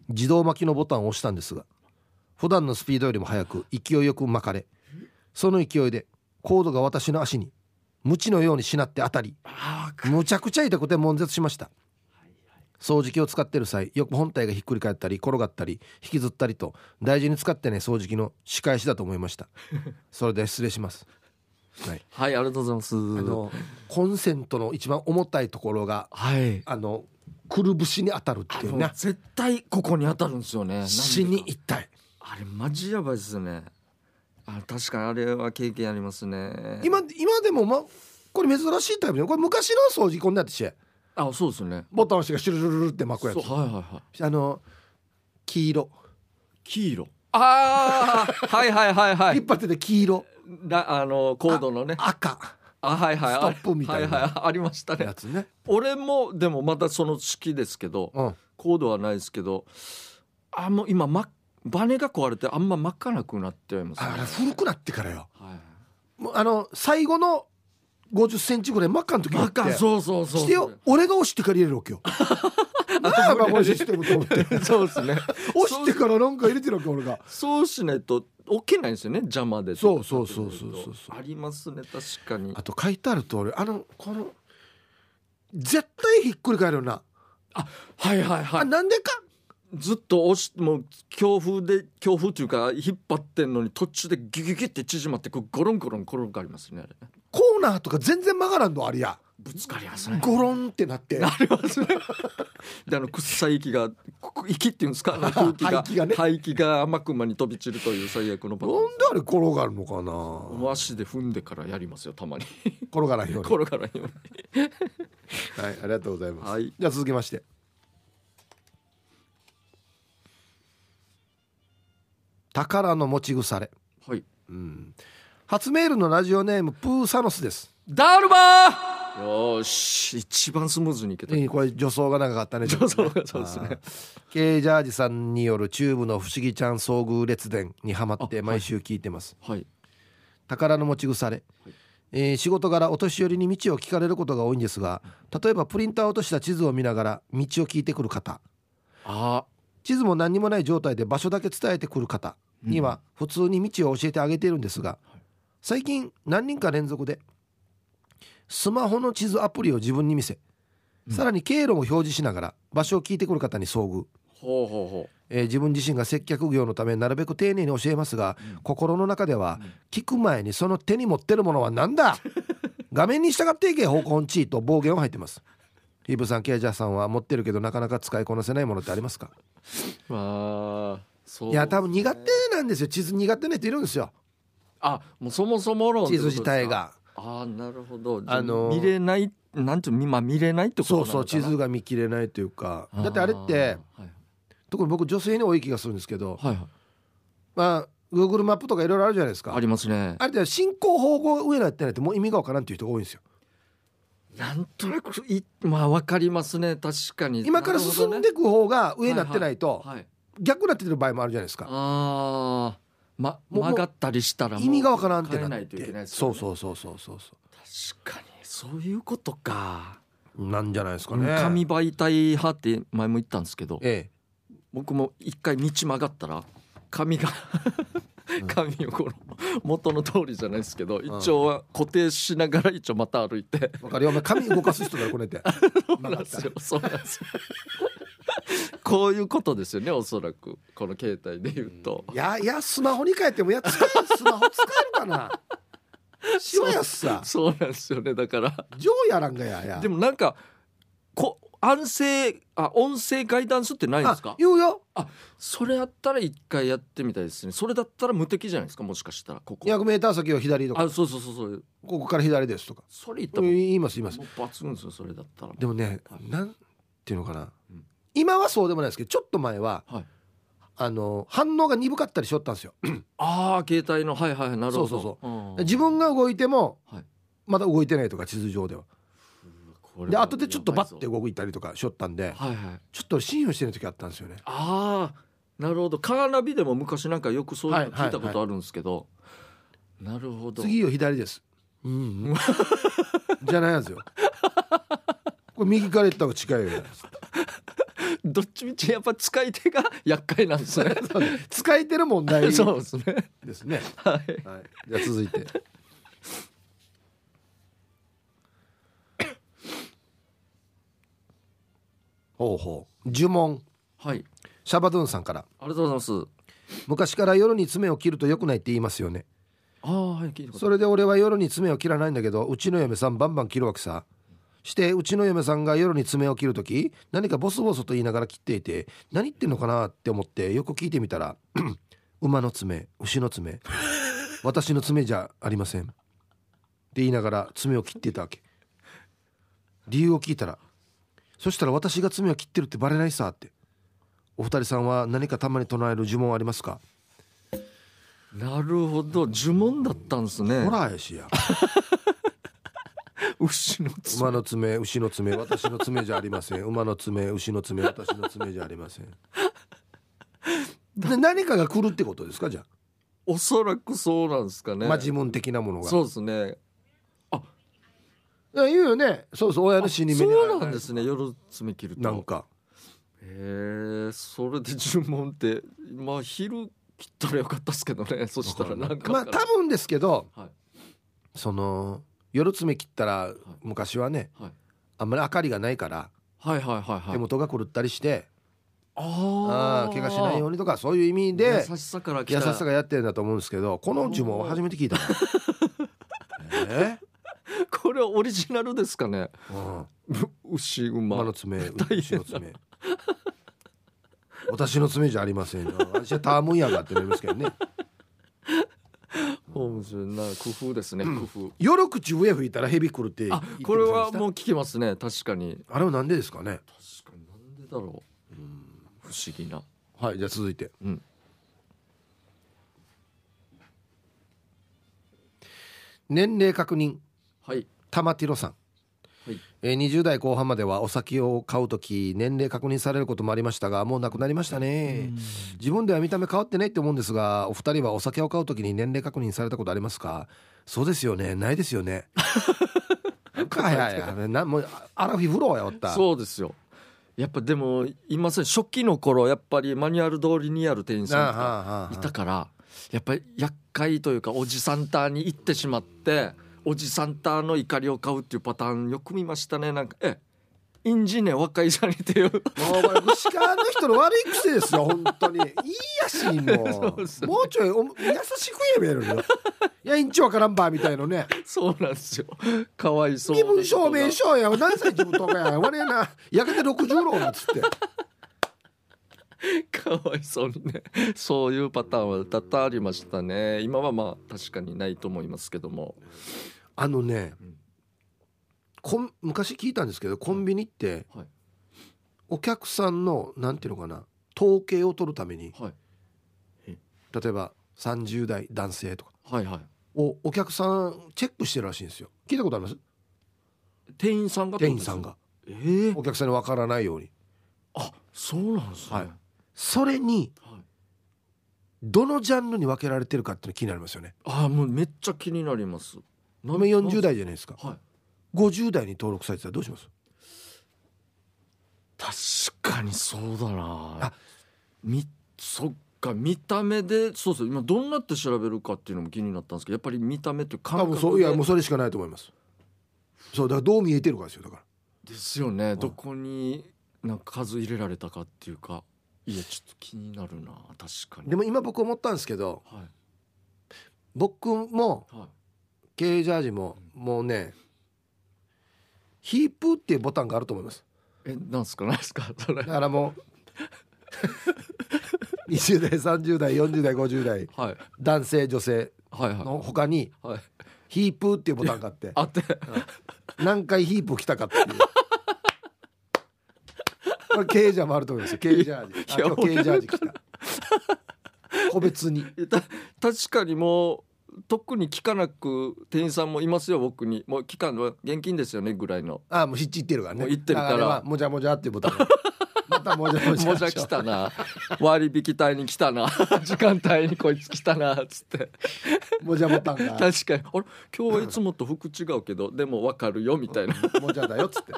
Speaker 2: 自動巻きのボタンを押したんですが普段のスピードよりも速く勢いよく巻かれその勢いでコードが私の足に無知のようにしなって当たり
Speaker 1: あー
Speaker 2: むちゃくちゃ痛くて悶絶しました掃除機を使ってる際よく本体がひっくり返ったり転がったり引きずったりと大事に使ってね掃除機の仕返しだと思いましたそれでは失礼します
Speaker 1: はいありがとうございます
Speaker 2: あのコンセントの一番重たいところが
Speaker 1: はい
Speaker 2: あのくるぶしに当たるっ
Speaker 1: あ
Speaker 2: ていう
Speaker 1: の
Speaker 2: ね
Speaker 1: 絶対ここに当たるんですよねなんでか
Speaker 2: 死に痛い
Speaker 1: あれマジやばいっすねあ確かにあれは経験ありますね
Speaker 2: 今今でも、ま、これ珍しいタイプじゃんこれ昔の掃除機こんなやってし
Speaker 1: あそうですね
Speaker 2: ボタン押してがシュルルルルって巻くや
Speaker 1: そうはいはいはい
Speaker 2: つあの黄色
Speaker 1: 黄色ああはいはいはいは
Speaker 2: 引っ
Speaker 1: い
Speaker 2: 張ってて黄色
Speaker 1: なあのコードのね
Speaker 2: 赤
Speaker 1: あはいはい
Speaker 2: ストップみたいな
Speaker 1: はいはいありましたね
Speaker 2: やつね
Speaker 1: 俺もでもまたその式ですけど
Speaker 2: うん
Speaker 1: コードはないですけどあもう今まバネが壊れてあんま巻かなくなっちゃいますね
Speaker 2: あれ古くなってからよ
Speaker 1: はい
Speaker 2: もうあの最後の50センチぐらい真っ赤の時に
Speaker 1: 巻かんそうそうそう
Speaker 2: してよ俺が押してから入れるわけよなんやばこのシステムと思って
Speaker 1: そうですね
Speaker 2: 押してからなんか入れてるわけ俺が
Speaker 1: そうしないと起きないんですよね邪魔で
Speaker 2: そうそうそうそうそうそう
Speaker 1: ありますね確かに
Speaker 2: あと書いてある通りあのこの絶対ひっくり返るよな、
Speaker 1: はいはいは
Speaker 2: あ
Speaker 1: い
Speaker 2: なんでか
Speaker 1: ずっと押しもう強風で強風というか引っ張ってんのに途中でギュギュギュって縮まってこうゴロンゴロン転がりますねあれね
Speaker 2: コーナーとか全然曲がらんのあれや
Speaker 1: ぶつかりますね
Speaker 2: ゴロンってなって
Speaker 1: ありますね であの臭い息がここ息っていうんですかあの空気が
Speaker 2: 排気がね
Speaker 1: 排気が天熊に飛び散るという最悪のパ
Speaker 2: な
Speaker 1: タ
Speaker 2: ん
Speaker 1: ー
Speaker 2: で
Speaker 1: ン
Speaker 2: あれ転がるのか
Speaker 1: もう
Speaker 2: な
Speaker 1: 足で踏んでからやりますよたまに
Speaker 2: 転がらんように
Speaker 1: 転がらんように
Speaker 2: はいありがとうございます、
Speaker 1: はい
Speaker 2: じゃあ続きまして宝の持ち腐れ
Speaker 1: はい
Speaker 2: 初メールのラジオネームプーサノスです
Speaker 1: ダールバーよーし一番スムーズにいけた、
Speaker 2: いいこれ助走が長かったね
Speaker 1: そうそうそうですね
Speaker 2: ケージャージさんによるチューブの不思議ちゃん遭遇列伝にハマって毎週聞いてます、
Speaker 1: はい
Speaker 2: 宝の持ち腐れ、えー仕事柄お年寄りに道を聞かれることが多いんですが例えばプリンターを落とした地図を見ながら道を聞いてくる方
Speaker 1: あ
Speaker 2: 地図も何にもない状態で場所だけ伝えてくる方には普通に道を教えてあげているんですが最近何人か連続でスマホの地図アプリを自分に見せさらに経路を表示しながら場所を聞いてくる方に遭遇、
Speaker 1: ほうほうほ
Speaker 2: えー自分自身が接客業のためなるべく丁寧に教えますが、心の中では、聞く前にその手に持ってるものは何だ画面に従っていけ方向音痴と暴言を吐いてますイーブさんケイジャーさんは持ってるけどなかなか使いこなせないものってありますか
Speaker 1: うまあそう
Speaker 2: いや多分苦手なんですよ地図苦手な人いるんですよ
Speaker 1: あもうそもそも論
Speaker 2: 地図自体
Speaker 1: って
Speaker 2: が
Speaker 1: ことですかああなるほど
Speaker 2: あ
Speaker 1: あ
Speaker 2: の
Speaker 1: の
Speaker 2: ー
Speaker 1: 見れないなんていうのまあ見れないってこと
Speaker 2: そ
Speaker 1: なの
Speaker 2: う
Speaker 1: か
Speaker 2: そ
Speaker 1: な
Speaker 2: う地図が見切れないというか
Speaker 1: ー
Speaker 2: だってあれって
Speaker 1: はい
Speaker 2: 特に僕女性に多い気がするんですけど
Speaker 1: はいはい
Speaker 2: まあ Google マップとかいろいろあるじゃないですか
Speaker 1: ありますね
Speaker 2: あれって進行方向が上になってないともう意味がわからんっていう人が多いんですよ
Speaker 1: なんとなくいまあわかりますね確かに
Speaker 2: 今から進んでいく方が上になってない
Speaker 1: なる
Speaker 2: と
Speaker 1: ほどねはい
Speaker 2: 逆になってる場合もあるじゃないですか
Speaker 1: ああま
Speaker 2: もう
Speaker 1: 曲がったりしたらもう
Speaker 2: 意味がわからんって
Speaker 1: 変え
Speaker 2: な
Speaker 1: な
Speaker 2: っ
Speaker 1: いといけない
Speaker 2: て
Speaker 1: ですよ
Speaker 2: そう
Speaker 1: ね
Speaker 2: そうそうそうそうそう
Speaker 1: 確かにそういうことか
Speaker 2: なんじゃないですかね。
Speaker 1: 紙媒体派って前も言ったんですけど
Speaker 2: え
Speaker 1: 僕も一回道曲がったら紙が
Speaker 2: ん
Speaker 1: 紙をこの元の通りじゃないですけど一応は固定しながら一応また歩いて
Speaker 2: え、わかるよ。お前髪動かす人だよこれって。
Speaker 1: そうなんですよ そうなんですよこういうことですよねおそらくこの携帯で言うと
Speaker 2: いやいやスマホに変えてもいや使えスマホ使えるかな。しわやすさ。
Speaker 1: そうなんですよねだから
Speaker 2: 上やらんがやや。
Speaker 1: でもなんかこ安静あ音声ガイダンスってないんです
Speaker 2: あ
Speaker 1: か
Speaker 2: 言うよ。
Speaker 1: それやったら一回やってみたいですねそれだったら無敵じゃないですかもしかしたらここ
Speaker 2: 200メーター先を左とか
Speaker 1: あそうそうそうそう
Speaker 2: ここから左ですとか
Speaker 1: それ言ったらも
Speaker 2: 言います言います
Speaker 1: う。抜群ですよそれだったら
Speaker 2: でもねなんていうのかな
Speaker 1: うん。
Speaker 2: 今はそうでもないですけどちょっと前は
Speaker 1: はい
Speaker 2: あの反応が鈍かったりしょったんですよ。
Speaker 1: ああ携帯のはいはいはいなるほど
Speaker 2: そうそう
Speaker 1: そうん
Speaker 2: 自分が動いても
Speaker 1: はい
Speaker 2: まだ動いてないとか地図上では。
Speaker 1: これ
Speaker 2: で
Speaker 1: は
Speaker 2: 後でちょっと
Speaker 1: やばい
Speaker 2: バッ
Speaker 1: ぞ
Speaker 2: て動いたりとかしょったんで
Speaker 1: はいはい
Speaker 2: ちょっと信用してない時あったんですよね。
Speaker 1: ああなるほどカーナビでも昔なんかよくそういうの
Speaker 2: はい
Speaker 1: 聞いたことあるんですけど、なるほど
Speaker 2: 次よ左です。うん、うん、 じゃないやつよ。これ右から行った方が近い よ。
Speaker 1: どっちみちやっぱ使い手が厄介なんですね
Speaker 2: 使えてる問題です
Speaker 1: そうですね
Speaker 2: ね。
Speaker 1: はい
Speaker 2: はい、じゃあ続いて。ほうほう呪文
Speaker 1: はい
Speaker 2: シャバドゥンさんから
Speaker 1: ありがとうございます
Speaker 2: 昔から夜に爪を切ると良くないって言いますよね
Speaker 1: ああはい聞いたこと
Speaker 2: それで俺は夜に爪を切らないんだけどうちの嫁さんバンバン切るわけさしてうちの嫁さんが夜に爪を切る時何かボソボソと言いながら切っていて何言ってんのかなって思ってよく聞いてみたら 「馬の爪牛の爪私の爪じゃありません」って言いながら爪を切っていたわけ理由を聞いたら「そしたら私が爪を切ってるってバレないさ」って「お二人さんは何かたまに唱える呪文ありますか?」
Speaker 1: なるほど呪文だったんですね
Speaker 2: ほらやしや
Speaker 1: 牛の爪
Speaker 2: 馬の爪牛の爪私の爪じゃありません馬の爪牛の爪私の爪じゃありませんで何かが来るってことですかじゃ
Speaker 1: おそらくそうなんですか
Speaker 2: あ、
Speaker 1: ね
Speaker 2: まあ自分的なものが
Speaker 1: そうですね
Speaker 2: いや言うよねそうそう親の死に目に
Speaker 1: そうなんですね夜爪切ると
Speaker 2: なんか
Speaker 1: へえそれで呪文ってまあ昼切ったらよかったですけどねそしたらなんか
Speaker 2: まあ多分ですけど、
Speaker 1: はい
Speaker 2: その夜爪切ったら昔はね
Speaker 1: はい
Speaker 2: あんまり明かりがないから
Speaker 1: はいはいはいはい
Speaker 2: 手元が狂ったりして、
Speaker 1: あ
Speaker 2: あ
Speaker 1: あ
Speaker 2: あ怪我しないようにとかそういう意味で
Speaker 1: 優しさから来
Speaker 2: 優
Speaker 1: た
Speaker 2: しさがやってるんだと思うんですけどこの呪文は初めて 聞いたなえ
Speaker 1: これはオリジナルですかね
Speaker 2: えうん
Speaker 1: う牛馬
Speaker 2: 馬の 爪、牛の爪。私の爪じゃありませんよ。私はタームンやがってなりますけど ね。
Speaker 1: 面白いな工夫ですね工
Speaker 2: 夜口笛吹いたら蛇来るって
Speaker 1: 夫
Speaker 2: 言
Speaker 1: あ
Speaker 2: ってませんでした。
Speaker 1: これはもう聞きますね確かに
Speaker 2: あれはなんでですかね。
Speaker 1: 確かになんでだろう不思議な
Speaker 2: はい、じゃあ続いて。
Speaker 1: うん
Speaker 2: 年齢確認、
Speaker 1: はい
Speaker 2: 玉ティロさん。
Speaker 1: はい
Speaker 2: えー20代後半まではお酒を買うとき年齢確認されることもありましたがもうなくなりましたね自分では見た目変わってないって思うんですがお二人はお酒を買うときに年齢確認されたことありますかそうですよねないですよね なんかいやいやなもうアラフィフローやおった
Speaker 1: そうですよやっぱでもいません初期の頃やっぱりマニュアル通りにやる店員
Speaker 2: なあ
Speaker 1: さん
Speaker 2: は
Speaker 1: が
Speaker 2: あはあ
Speaker 1: いたからやっぱり厄介というかおじさんターンに行ってしまっておじさんターンの怒りを買うっていうパターンよく見ましたねなんかえインジネ若いじゃんっていう
Speaker 2: もうこれ牛川の人の悪い癖ですよ本当にいいやしも
Speaker 1: そう
Speaker 2: う
Speaker 1: ですね
Speaker 2: もうちょいお優しく言えばいいのによいやインチわからんばみたいのね
Speaker 1: そうなんですよかわいそう
Speaker 2: 身
Speaker 1: な人が
Speaker 2: 分証明書や何歳自分とかや俺やなやがて60郎なんつって
Speaker 1: かわいそうにねそういうパターンは多々ありましたね今はまあ確かにないと思いますけども
Speaker 2: あのね
Speaker 1: うん
Speaker 2: こん昔聞いたんですけどコンビニって
Speaker 1: はい
Speaker 2: お客さんのなんていうのかな統計を取るために
Speaker 1: はい
Speaker 2: 例えば30代男性とか
Speaker 1: はいはい
Speaker 2: をお客さんチェックしてるらしいんですよ聞いたことあります
Speaker 1: 店員さんがって
Speaker 2: 店
Speaker 1: ことです
Speaker 2: 員さ
Speaker 1: よ
Speaker 2: んが
Speaker 1: ええ
Speaker 2: お客さんに分からないように
Speaker 1: あそうなんですね、
Speaker 2: はいそれに
Speaker 1: はい
Speaker 2: どのジャンルに分けられてるかっていうの気になりますよね
Speaker 1: ああもうめっちゃ気になります。な
Speaker 2: 今40代じゃないですか
Speaker 1: はい。
Speaker 2: 50代に登録されてたらどうします
Speaker 1: 確かにそうだな
Speaker 2: あ
Speaker 1: みそっか見た目でそうそう今どんなって調べるかっていうのも気になったんですけどやっぱり見た目っていう感
Speaker 2: 多
Speaker 1: 覚
Speaker 2: 分
Speaker 1: で
Speaker 2: そういやもうそれしかないと思いますそうだからどう見えてるかですよだから
Speaker 1: ですよね、どこになんか数入れられたかっていうかいやちょっと気になるな確かに
Speaker 2: でも今僕思ったんですけど
Speaker 1: はい
Speaker 2: 僕も
Speaker 1: はい
Speaker 2: 軽ジャージももうねヒープっていうボタンがあると思います
Speaker 1: えなんすかなんすかそれ
Speaker 2: だから もう20代30代40代50代
Speaker 1: はいはい
Speaker 2: 男性女性
Speaker 1: は
Speaker 2: の他に
Speaker 1: いはい
Speaker 2: ヒープっていうボタンがあって
Speaker 1: あって
Speaker 2: 何回ヒープ来たかっていうこれ軽ジャーもあると思いますよ軽ジャージあ
Speaker 1: いや
Speaker 2: 今日軽ジャージ 来た個別に
Speaker 1: いやた確かにもう特に聞かなく店員さんもいますよ僕にもう期間は現金ですよねぐらいの
Speaker 2: ああもうヒッチ行ってるからね
Speaker 1: もう行ってるから
Speaker 2: だあれはもじゃもじゃっていうボタン またもじゃも じゃ
Speaker 1: もじゃ来たな割引隊に来たな時間帯にこいつ来たなっつって
Speaker 2: もじゃボタンが
Speaker 1: 確かにあれ今日はいつもと服違うけどでも分かるよみ たいな
Speaker 2: もじゃだよっつって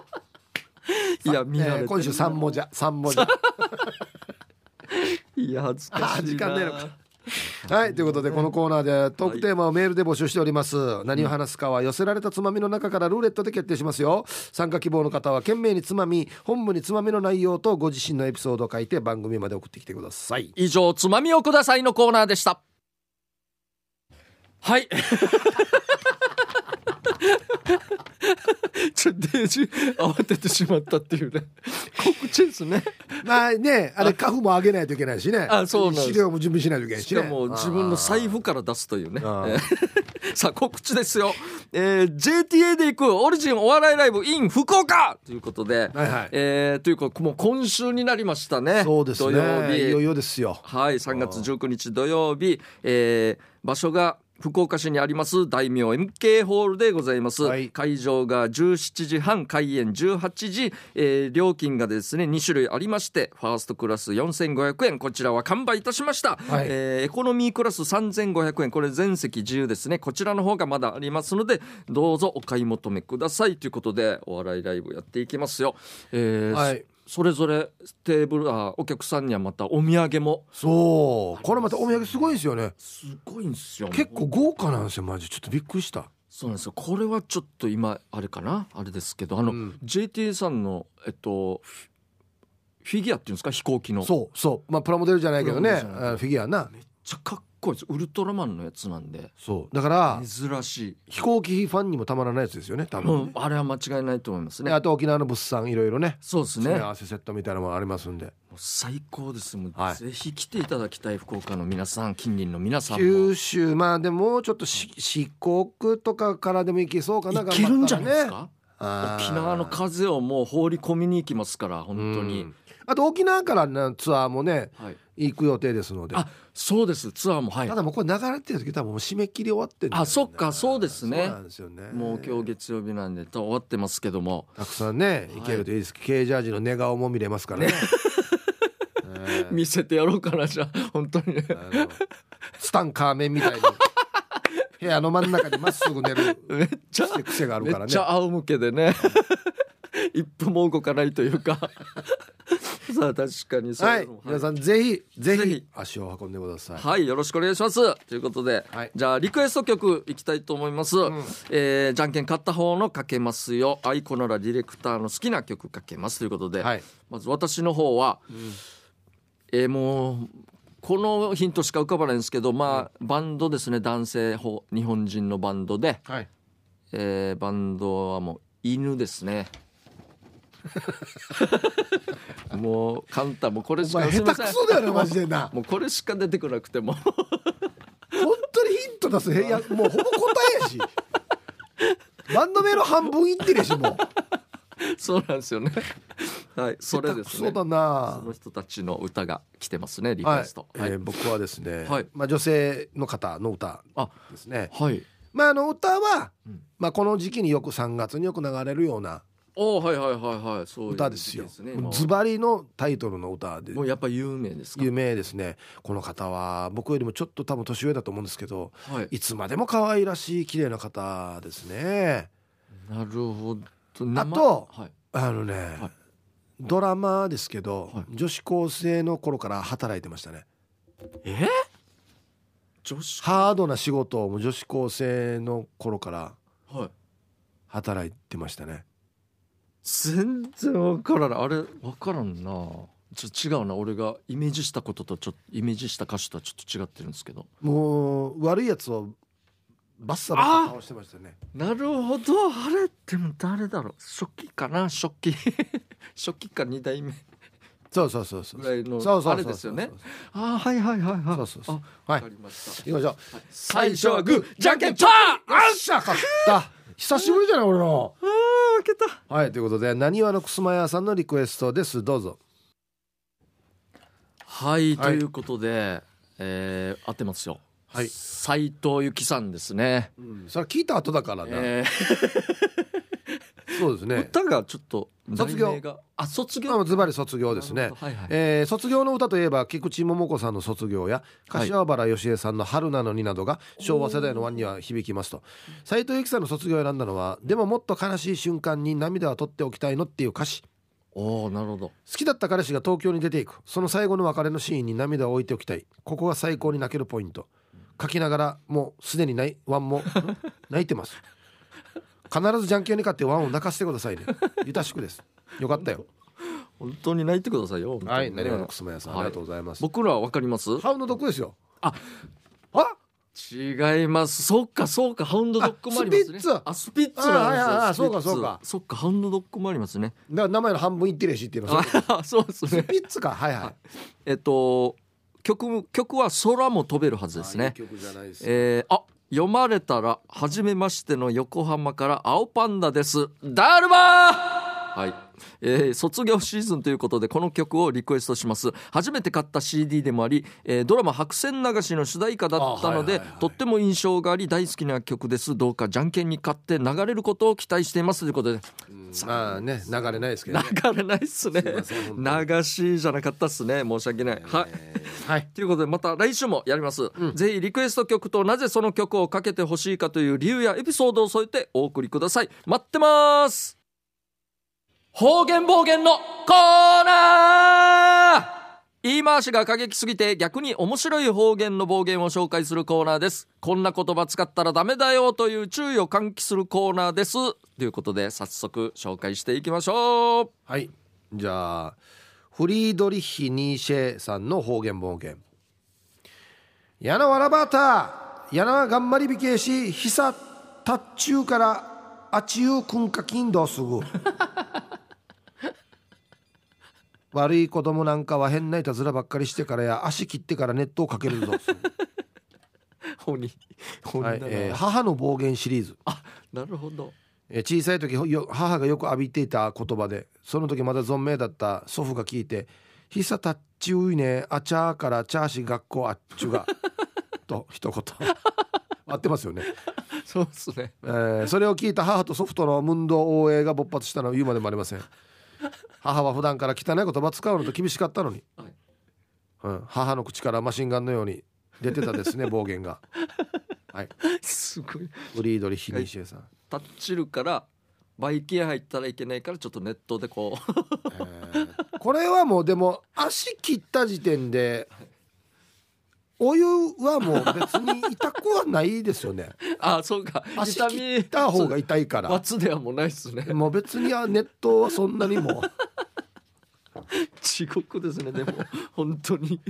Speaker 1: いや見られて
Speaker 2: え
Speaker 1: る
Speaker 2: ー今週三もじゃ三もじゃ
Speaker 1: いや恥ずかしいな
Speaker 2: あ時間ないのかはいということでこのコーナーでトークテーマをメールで募集しております、何を話すかは寄せられたつまみの中からルーレットで決定しますよ参加希望の方は懸命につまみ本部につまみの内容とご自身のエピソードを書いて番組まで送ってきてください
Speaker 1: 以上つまみをくださいのコーナーでしたはい ちょっとデージ慌ててしまったっていうね告知ですね
Speaker 2: まあねあれカフもあげないといけないしね
Speaker 1: あそうなんです
Speaker 2: 資料も準備しないといけないし
Speaker 1: し
Speaker 2: ね
Speaker 1: かも自分の財布から出すというね。え
Speaker 2: あー
Speaker 1: ー さあ告知ですよ、えー JTA で行くオリジンお笑いライブ in 福岡ということで、
Speaker 2: はいはい
Speaker 1: えーというかもう今週になりましたね
Speaker 2: そうですね
Speaker 1: 土曜日
Speaker 2: いよいよですよ
Speaker 1: はい、3月19日土曜日、えー場所が福岡市にあります大名 MK ホールでございます、
Speaker 2: はい
Speaker 1: 会場が17時半開演18時、えー料金がですね2種類ありましてファーストクラス4500円こちらは完売いたしました、
Speaker 2: はい
Speaker 1: えーエコノミークラス3500円これ全席自由ですねこちらの方がまだありますのでどうぞお買い求めくださいということでお笑いライブやっていきますよ、えー
Speaker 2: はい
Speaker 1: それぞれテーブルあお客さんにはまたお土産も
Speaker 2: そうこれまたお土産すごいですよね
Speaker 1: すごいんですよ
Speaker 2: 結構豪華なんですよマジちょっとびっくりした
Speaker 1: そうなんですよこれはちょっと今あれかなあれですけどあの、
Speaker 2: うん
Speaker 1: JT さんのえっとフフィギュアっていうんですか飛行機のめっ
Speaker 2: そうそうまあプラモデルじゃないけどね
Speaker 1: プラモデルじゃない
Speaker 2: あのフィギュアな
Speaker 1: ちゃかっこいいですウルトラマンのやつなんで
Speaker 2: そうだから
Speaker 1: 珍しい、
Speaker 2: 飛行機ファンにもたまらないやつですよね多
Speaker 1: う
Speaker 2: 分
Speaker 1: ん、あれは間違いないと思います
Speaker 2: ね
Speaker 1: ね
Speaker 2: あと沖縄の物産いろいろね
Speaker 1: そうです
Speaker 2: 詰
Speaker 1: ね
Speaker 2: め合わせセットみたいなのもありますんで
Speaker 1: もう最高ですもう、
Speaker 2: はい
Speaker 1: ぜひ来ていただきたい福岡の皆さん近隣の皆さんも
Speaker 2: 九州まあでももうちょっとし四国とかからでも行けそうかな
Speaker 1: 行けるんじゃ
Speaker 2: 頑
Speaker 1: ない
Speaker 2: 張
Speaker 1: です
Speaker 2: ったらね
Speaker 1: か、
Speaker 2: あー
Speaker 1: 沖縄の風をもう放り込みに行きますから本当
Speaker 2: う
Speaker 1: に
Speaker 2: ん、あと沖縄からのツアーもね
Speaker 1: はい、
Speaker 2: 行く予定ですので
Speaker 1: あそうですツアーもはい
Speaker 2: ただもうこれ流れてる時多分もう締め切り終わってんだよね
Speaker 1: あそっかそうですね
Speaker 2: そうなんですよね
Speaker 1: もう今日月曜日なんでと終わってますけども
Speaker 2: たくさんね
Speaker 1: い
Speaker 2: 行けるといいですけど、軽ジャージの寝顔も見れますからねええ
Speaker 1: 見せてやろうかなじゃあ 本当にね
Speaker 2: あのスタンカーメンみたいに部屋の真ん中にまっすぐ寝る
Speaker 1: めっちゃ
Speaker 2: 癖癖があ
Speaker 1: め
Speaker 2: るから
Speaker 1: っ
Speaker 2: ね
Speaker 1: ちゃ仰向けでね 一歩も動かないというか さあ確かにそう
Speaker 2: は
Speaker 1: いう
Speaker 2: い
Speaker 1: のも
Speaker 2: 皆さんぜひぜ
Speaker 1: ぜ
Speaker 2: ひ
Speaker 1: ひ
Speaker 2: 足を運んでください
Speaker 1: はいよろしくお願いしますということで、
Speaker 2: はい
Speaker 1: じゃあリクエスト曲いきたいと思います、えーじゃんけん勝った方のかけますよあいこならディレクターの好きな曲かけますということで、
Speaker 2: はい
Speaker 1: まず私の方は、えーもうこのヒントしか浮かばないんですけどまあ、バンドですね男性ほ日本人のバンドで、
Speaker 2: はい
Speaker 1: えーバンドはもう犬です ねもうカンタもうこれし
Speaker 2: お
Speaker 1: か
Speaker 2: 前
Speaker 1: すい
Speaker 2: 下
Speaker 1: ま
Speaker 2: 手
Speaker 1: せん
Speaker 2: くそだよなマジでな
Speaker 1: もうこれしか出てこなくても
Speaker 2: 本当にヒント出すいやもうほぼ答えやしバンド名の半分いってるしもう
Speaker 1: そうなんですよねはい それです
Speaker 2: 下手
Speaker 1: ね
Speaker 2: くそだ
Speaker 1: そ
Speaker 2: な
Speaker 1: の人たちの歌が来てますねリク
Speaker 2: は
Speaker 1: エ
Speaker 2: い
Speaker 1: スト、
Speaker 2: えー僕はですね
Speaker 1: はい
Speaker 2: まあ女性の方の歌
Speaker 1: あ
Speaker 2: ですね
Speaker 1: はい
Speaker 2: まああの歌は
Speaker 1: うん
Speaker 2: まあこの時期によく3月によく流れるような
Speaker 1: おーはいはいはいはいそういう
Speaker 2: 歌ですよ
Speaker 1: 時期今は
Speaker 2: ズバリのタイトルの歌で
Speaker 1: もうやっぱ有名ですか
Speaker 2: 有名ですねこの方は僕よりもちょっと多分年上だと思うんですけど
Speaker 1: はい
Speaker 2: いつまでも可愛らしい綺麗な方ですね
Speaker 1: なるほど
Speaker 2: あと
Speaker 1: はい
Speaker 2: あのね、
Speaker 1: はい
Speaker 2: ドラマですけど、
Speaker 1: はい
Speaker 2: 女子高生の頃から働いてましたね
Speaker 1: え女子
Speaker 2: ハードな仕事をもう女子高生の頃から
Speaker 1: はい
Speaker 2: 働いてましたね
Speaker 1: 全然わからないあれわからんなちょ違うな俺がイメージしたこととちょっとイメージした歌手とはちょっと違ってるんですけど
Speaker 2: もう悪いやつをバッサバッサ倒してましたね
Speaker 1: なるほどあれでも誰だろう初期かな初期 初期か2代目
Speaker 2: そうそうそうそう
Speaker 1: ぐらいの
Speaker 2: そうそうそう
Speaker 1: あれですよねあーはいはいはいはい
Speaker 2: そうそうそう
Speaker 1: あ
Speaker 2: は
Speaker 1: わ
Speaker 2: い
Speaker 1: かりました
Speaker 2: 行きましょう
Speaker 1: 最初はグーじゃんけんパー
Speaker 2: あっしゃ勝った久しぶりじゃない俺の
Speaker 1: あー開けた
Speaker 2: はいということでなにわのくすまやさんのリクエストですどうぞ
Speaker 1: はい、
Speaker 2: はい
Speaker 1: ということで、えー、合ってますよ。
Speaker 2: はい
Speaker 1: 斉藤由貴さんですね。
Speaker 2: それ聞いた後だからな、
Speaker 1: え
Speaker 2: そうです
Speaker 1: ー、
Speaker 2: ね
Speaker 1: 歌がちょっと
Speaker 2: 卒業
Speaker 1: 題名があ卒
Speaker 2: ま
Speaker 1: 業
Speaker 2: あズバリ卒業です
Speaker 1: な
Speaker 2: ね
Speaker 1: るほどはいはい。
Speaker 2: えー卒業の歌といえば菊池桃子さんの「卒業」や柏原芳恵さんの「春なのに」などが昭和世代のワンには響きますと斎藤由貴さんの卒業を選んだのは「でももっと悲しい瞬間に涙は取っておきたいの」っていう歌詞
Speaker 1: おおなるほど。
Speaker 2: 好きだった彼氏が東京に出ていくその最後の別れのシーンに涙を置いておきたいここが最高に泣けるポイント書きながらもうすでにないワンも 泣いてます必ずじゃんけんに勝ってワンを泣かせてくださいねゆたしくですよかったよ
Speaker 1: 本当に泣いてくださいよ。本当に
Speaker 2: はい
Speaker 1: ね
Speaker 2: なにわのくすまやさん、ありがとうございます
Speaker 1: 僕らはわかります？
Speaker 2: ハウンドドッグですよ
Speaker 1: あ
Speaker 2: あ
Speaker 1: 違います。そっかそうかハウンドドッグもありますね
Speaker 2: あスピッ
Speaker 1: あス
Speaker 2: ツ。
Speaker 1: ピッツなんですよ。
Speaker 2: ああああ
Speaker 1: スピッツ
Speaker 2: そうかそうか
Speaker 1: そっかハウンドドッグもありますね。
Speaker 2: だから名前の半分いってるしっていうのは
Speaker 1: あそうです
Speaker 2: ス
Speaker 1: ね。
Speaker 2: ピッツかはいはい
Speaker 1: えっと曲曲は空も飛べるはずですね。
Speaker 2: 曲じゃないで
Speaker 1: えーあ読まれたら初めましての横浜から青パンダですダルマはい、えー卒業シーズンということでこの曲をリクエストします初めて買った CD でもあり、えードラマ「白線流し」の主題歌だったので、
Speaker 2: あはいはいはい
Speaker 1: とっても印象があり大好きな曲ですどうかじゃんけんに勝って流れることを期待していますということで
Speaker 2: まあね流れないですけどね
Speaker 1: 流れないっすね
Speaker 2: すいません本当
Speaker 1: 流しじゃなかったっすね申し訳ない、はい
Speaker 2: はい
Speaker 1: ということでまた来週もやります、ぜひリクエスト曲となぜその曲をかけてほしいかという理由やエピソードを添えてお送りください待ってます方言暴言のコーナー言い回しが過激すぎて逆に面白い方言の暴言を紹介するコーナーですこんな言葉使ったらダメだよという注意を喚起するコーナーですということで早速紹介していきましょう
Speaker 2: はいじゃあフリードリッヒ・ニーシェさんの方言暴言「やなわらばたやながんまりびけえしひさたっちゅうからあちゅうくんかきんどうす ぐ」悪い子供なんかは変ないたずらばっかりしてからや足切ってから熱湯かけるぞ、
Speaker 1: 鬼鬼
Speaker 2: は
Speaker 1: だ
Speaker 2: い
Speaker 1: な、
Speaker 2: えー母の暴言シリーズ
Speaker 1: あなるほど
Speaker 2: えー小さい時よ母がよく浴びていた言葉でその時まだ存命だった祖父が聞いて「ひさたっちういねあちゃーからちゃーし学校あっちゅが」 と一言合ってますよね、
Speaker 1: そうですね
Speaker 2: えーそれを聞いた母と祖父との運動応援が勃発したのは言うまでもありません母は普段から汚い言葉使うのと厳しかったのに、
Speaker 1: はい
Speaker 2: うん、母の口からマシンガンのように出てたです ね暴言がはい
Speaker 1: すごい。
Speaker 2: フリードリヒニシエさん、
Speaker 1: タッチるから、バイキン入ったらいけないから、ちょっとネットでこう。
Speaker 2: これはもうでも足切った時点でお湯はもう別に痛くはないですよね
Speaker 1: あ、そうか。
Speaker 2: 足
Speaker 1: 痛
Speaker 2: 切
Speaker 1: み
Speaker 2: った方が痛いか
Speaker 1: そう
Speaker 2: ら
Speaker 1: 松ではもうないですね。
Speaker 2: もう別にあ熱湯はそんなに も
Speaker 1: 地獄ですね。でも、本当に。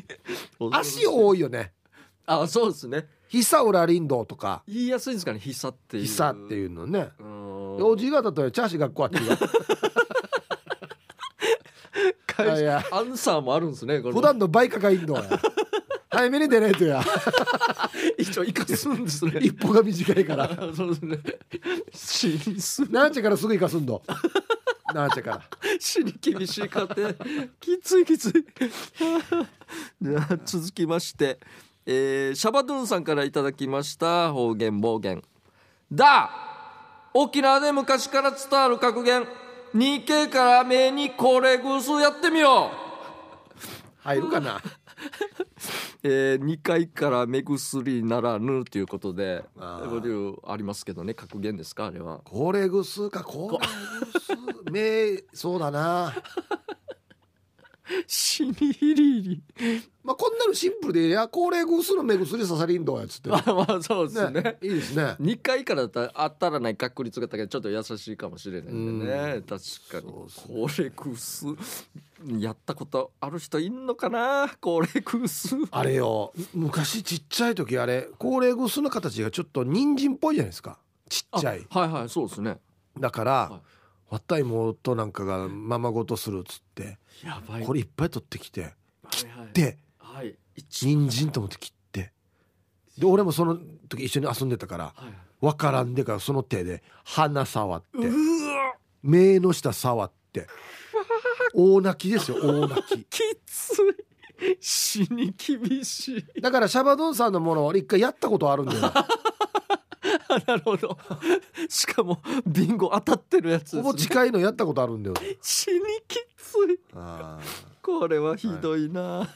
Speaker 2: う 足。多いよね
Speaker 1: あ、そうですね。
Speaker 2: 「ひさうらりんどう」とか
Speaker 1: 言いやすいんですかね。ひさっ
Speaker 2: 「
Speaker 1: ていう。
Speaker 2: ひさ」っていうのね
Speaker 1: うーん。
Speaker 2: おじいが例えばチャーシー学校あっていう
Speaker 1: 会
Speaker 2: いや
Speaker 1: アンサーもあるんですね。これ
Speaker 2: 普段の倍かかいんのや早めに出ないとや
Speaker 1: 一応生かすんですね。
Speaker 2: 一歩が短いか
Speaker 1: あ
Speaker 2: ら
Speaker 1: そうです ね。死にす、
Speaker 2: なあちゃからすぐ行かすんどなあちゃから
Speaker 1: 死に厳しい家庭。きついきつい。じゃあ続きまして、えーシャバドゥンさんからいただきました方言暴言だ沖縄で昔から伝わる格言 2K から目にこれぐすやってみよう
Speaker 2: 入るかな
Speaker 1: えー、2回から目薬ならぬということで
Speaker 2: あー
Speaker 1: これありますけどね格言ですかあれは
Speaker 2: これぐすかこれぐすめそうだな
Speaker 1: 死にヒリヒリ
Speaker 2: まあ、こんなのシンプルでいや高齢グースの目薬刺さりんどやつっ て、
Speaker 1: あまあそうですね
Speaker 2: ね、いいですね
Speaker 1: 2回からだったら当たらない確率が高いちょっと優しいかもしれないんでね確かに
Speaker 2: そ
Speaker 1: 高齢クースやったことある人いんのかな高齢クース
Speaker 2: あれよ昔ちっちゃい時あれ高齢グースの形がちょっと人参っぽいじゃないですかちっちゃい
Speaker 1: あはいはいそうですね
Speaker 2: だから、
Speaker 1: い
Speaker 2: わった妹なんかがままごとするっつって、
Speaker 1: やばい
Speaker 2: これいっぱい取ってきて
Speaker 1: 切っ
Speaker 2: で
Speaker 1: はい、はい、一
Speaker 2: 人参と思って切ってで俺もその時一緒に遊んでたから
Speaker 1: はい
Speaker 2: わからんでからその手で鼻触って
Speaker 1: うわ
Speaker 2: 目の下触って大泣きですよ大泣き
Speaker 1: きつい死に厳しい
Speaker 2: だからシャバドゥンさんのものを俺一回やったことあるんだよ
Speaker 1: あなるほ どしかもビンゴ当たってるやつ
Speaker 2: ほ
Speaker 1: で
Speaker 2: ぼ
Speaker 1: す、ね、
Speaker 2: 近いのやったことあるんだよ
Speaker 1: 死にきつい
Speaker 2: あ
Speaker 1: これはひどいな、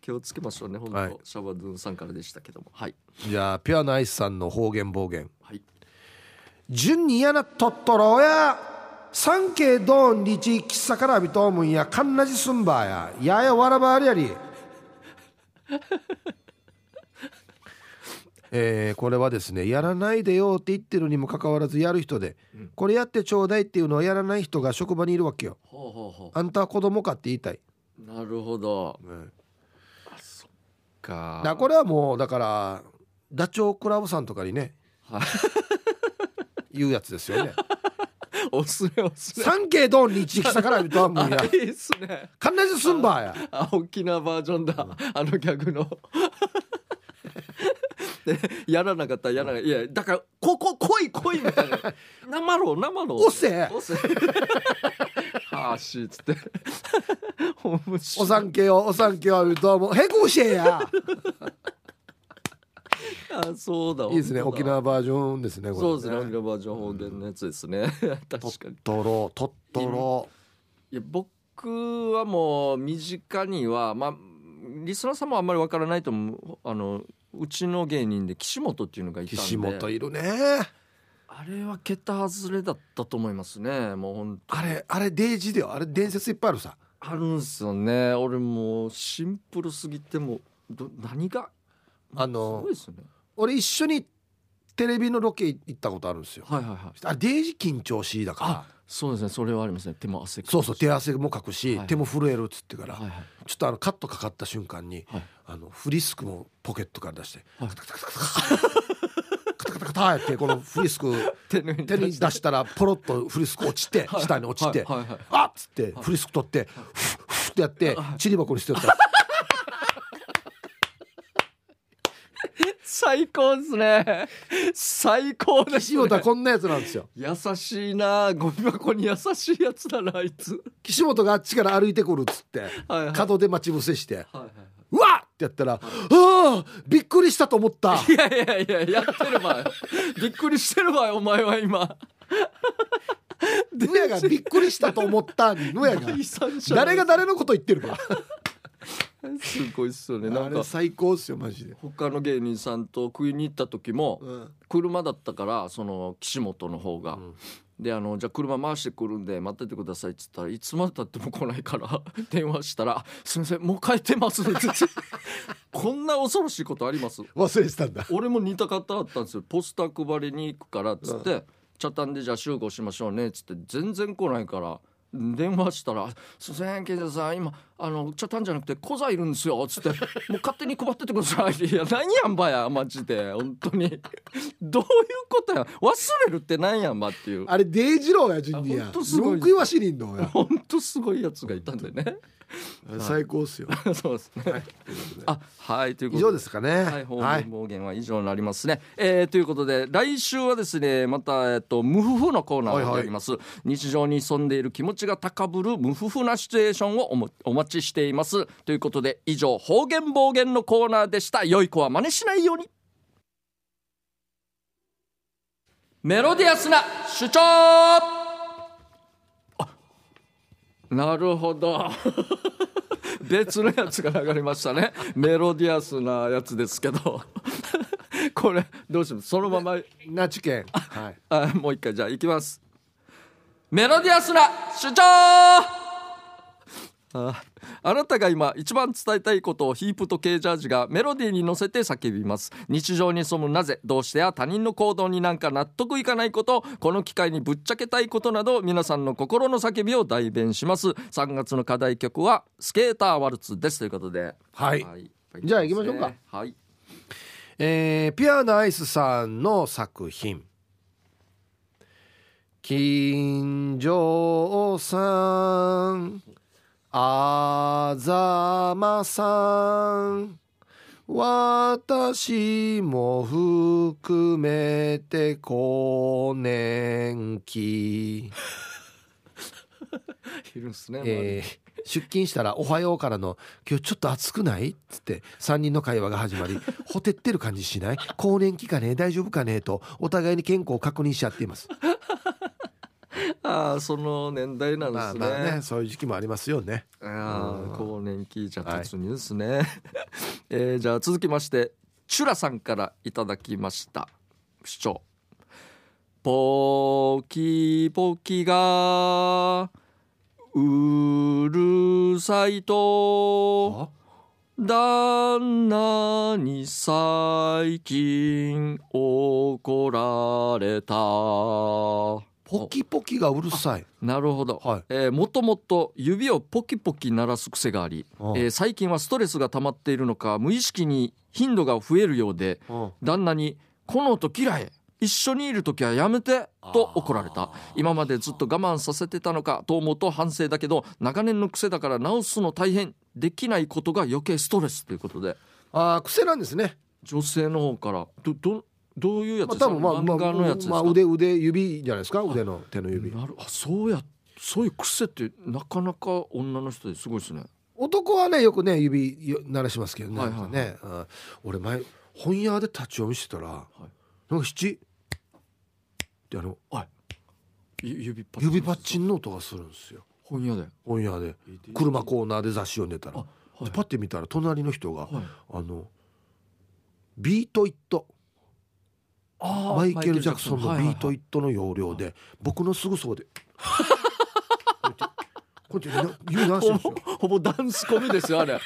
Speaker 1: 気をつけましょうね本当、
Speaker 2: はい
Speaker 1: シャバドゥンさんからでしたけどもはい
Speaker 2: ーじゃあピュアナイスさんの方言暴言
Speaker 1: はい
Speaker 2: 順に嫌なとっとろや三景ドンリチ喫茶からびとむんやかんなじすんばやややわらばありやり えーこれはですねやらないでよって言ってるにもかかわらずやる人で、これやってちょうだいっていうのはやらない人が職場にいるわけよ
Speaker 1: ほうほうほ
Speaker 2: あんたは子供かって言いたい、
Speaker 1: うなるほど
Speaker 2: うん
Speaker 1: あそっか
Speaker 2: だからこれはもうだからダチョウ倶楽部さんとかにね
Speaker 1: はい
Speaker 2: 言うやつですよね
Speaker 1: おすすめおすすめ
Speaker 2: 三景ドンリチ喫茶からびとむんや
Speaker 1: あいいっすね
Speaker 2: かんなじすんばや
Speaker 1: あ沖縄バージョンだ、あのギャグの でやらなかったらやらないいやだからここ来い来いみたい な生ろ生ろ
Speaker 2: おせ
Speaker 1: お せはあしっつって面白
Speaker 2: お
Speaker 1: い
Speaker 2: 産経をお産経を言うともうへこしえや
Speaker 1: あそうだ
Speaker 2: いいですね
Speaker 1: 本当
Speaker 2: 沖
Speaker 1: だ
Speaker 2: 縄バージョンですねこれ
Speaker 1: そうですね沖縄バージョン方言のやつです ね確かに
Speaker 2: トロトットロ
Speaker 1: いや僕はもう身近にはまあリスナーさんもあんまりわからないと思うあのうちの芸人で岸本っていうのがいたんで
Speaker 2: 岸本いるね
Speaker 1: あれは桁外れだったと思いますねもうほん
Speaker 2: あれあれデイジーだよあれ伝説いっぱいあるさ
Speaker 1: あるんすよね俺もうシンプルすぎてもうど何が
Speaker 2: あ
Speaker 1: す
Speaker 2: の
Speaker 1: ごいですよね
Speaker 2: 俺一緒にテレビのロケ行ったことあるんですよ
Speaker 1: はいはいはい
Speaker 2: あれデイジー緊張しいだから
Speaker 1: あそうですねそれはありますね手も汗かく
Speaker 2: そうそう手汗もかくし、
Speaker 1: はい
Speaker 2: 手も震えるっつってから、
Speaker 1: はいはい
Speaker 2: ちょっとあのカットかかった瞬間に、
Speaker 1: はい
Speaker 2: あのフリスクもポケットから出して
Speaker 1: はい
Speaker 2: カタカタカタやってこのフリスク
Speaker 1: 手に
Speaker 2: 手に出したらポロッとフリスク落ちて下に落ちて
Speaker 1: はいはいはい
Speaker 2: 「あっ!」つってフリスク取ってフッフッってやってちり箱に 捨てた
Speaker 1: 最高ですね最高です
Speaker 2: 岸
Speaker 1: ね
Speaker 2: 本はこんなやつなんですよ
Speaker 1: 優しいなゴミ箱に優しいやつだなあいつ
Speaker 2: 岸本があっちから歩いてくるっつって
Speaker 1: はいはい
Speaker 2: 角で待ち伏せして
Speaker 1: はいはい
Speaker 2: 「うわっ!」ってやったら「ああびっくりしたと 思った
Speaker 1: いやいやいややってるわよ びっくりしてるわよお前は今
Speaker 2: ぬやがびっくりしたと思った」にぬやが
Speaker 1: 第三者の
Speaker 2: 誰が誰のこと言ってるか
Speaker 1: すごいっすよね な
Speaker 2: あ
Speaker 1: んか
Speaker 2: れ最高っすよマジで。
Speaker 1: 他の芸人さんと食いに行った時も
Speaker 2: うん
Speaker 1: 車だったからその岸本の方が、
Speaker 2: ん
Speaker 1: であのじゃあ車回してくるんで待っててくださいっつったらいつまでたっても来ないから 電話したら「すみませんもう帰ってます」って言ってこんな恐ろしいことあります
Speaker 2: 忘れてたんだ
Speaker 1: 俺も似た方あったんですよポスター配りに行くからっつって、茶炭でじゃあ集合しましょうねっつって全然来ないから電話したら「すいません健太さん今あの茶炭じゃなくて小座いるんですよ」っつって「もう勝手に配っててください」いや何やんばやマジで本当にどういうことや忘れるってなんやんばっていう
Speaker 2: あれデイジローやジュニ
Speaker 1: あほ
Speaker 2: ア
Speaker 1: んとすごい
Speaker 2: 文句言わしにんのや
Speaker 1: 本当すごいやつがいたんでね
Speaker 2: 最高っすよ
Speaker 1: そうですね、あはいというこ
Speaker 2: 以
Speaker 1: とで
Speaker 2: 上ですかね
Speaker 1: はい、方言暴言は以上になりますね。えーということで来週はですねまた、えっと無夫婦のコーナーをやります、日常に潜んでいる気持ちが高ぶる無夫婦なシチュエーションをおもお待ちしています。ということで以上方言暴言のコーナーでした。良い子は真似しないように。メロディアスな主張あなるほど。別のやつが流れましたねメロディアスなやつですけどこれどうしますそのまま
Speaker 2: 那智県はい
Speaker 1: あもう一回じゃあいきますメロディアスな主張ああなたが今一番伝えたいことをヒープと K ジャージがメロディーに乗せて叫びます日常に潜むなぜどうしてや他人の行動になんか納得いかないことこの機会にぶっちゃけたいことなど皆さんの心の叫びを代弁します3月の課題曲は「スケーターワルツ」ですということで
Speaker 2: はい
Speaker 1: い
Speaker 2: じゃあ行きましょうか
Speaker 1: はい
Speaker 2: えーピアノアイスさんの作品「金城さんあざまさん私も含めて更年期」
Speaker 1: いるんすね、
Speaker 2: えー出勤したら「おはよう」からの「今日ちょっと暑くない?」っつって3人の会話が始まり 「ほてってる感じしない更年期かね大丈夫かね?」とお互いに健康を確認し合っています。
Speaker 1: ああその年代なんで
Speaker 2: まあ
Speaker 1: すね,、
Speaker 2: まあねそういう時期もありますよね。
Speaker 1: ああ更年期じゃ
Speaker 2: はい
Speaker 1: 突入ですね、 えーじゃあ続きましてチュラさんからいただきました主張ポキポキがうるさいと旦那に最近怒られた
Speaker 2: ポキポキがうるさい。
Speaker 1: なるほど、
Speaker 2: はい
Speaker 1: えーもともと指をポキポキ鳴らす癖があり、
Speaker 2: うん
Speaker 1: えー最近はストレスが溜まっているのか無意識に頻度が増えるようで旦那に「この音嫌い一緒にいる時はやめて」と怒られた今までずっと我慢させてたのかと思うと反省だけど長年の癖だから直すの大変できないことが余計ストレスということで
Speaker 2: ああ癖なんですね。
Speaker 1: 女性の方からどどどういうやつ
Speaker 2: まあ
Speaker 1: です
Speaker 2: 多
Speaker 1: か、
Speaker 2: 分まあま
Speaker 1: 漫画
Speaker 2: あ
Speaker 1: のやつですか、
Speaker 2: まあ腕腕指じゃないですか腕の手の指。
Speaker 1: なるあそうやそういう癖ってなかなか女の人ですごいですね
Speaker 2: 男はねよくね指よ鳴らしますけどね,、
Speaker 1: はいはいはい
Speaker 2: ねうん俺前本屋で立ち読みしてたら、なんか七ってあの
Speaker 1: ゆ指パッチン
Speaker 2: 指パッチンの音がするんですよ
Speaker 1: 本屋で
Speaker 2: 本屋で車コーナーで雑誌読んでた
Speaker 1: あ
Speaker 2: ら、
Speaker 1: はい
Speaker 2: でパッて見たら隣の人が、
Speaker 1: はい
Speaker 2: あのビートイット
Speaker 1: あー
Speaker 2: マイケル・ジャクソンのビート
Speaker 1: はいはいはい
Speaker 2: イットの要領で、僕のすぐそばで こうやってこうやって指鳴らしてるんです
Speaker 1: ほ
Speaker 2: よ
Speaker 1: ぼほぼダンスコミです よあれ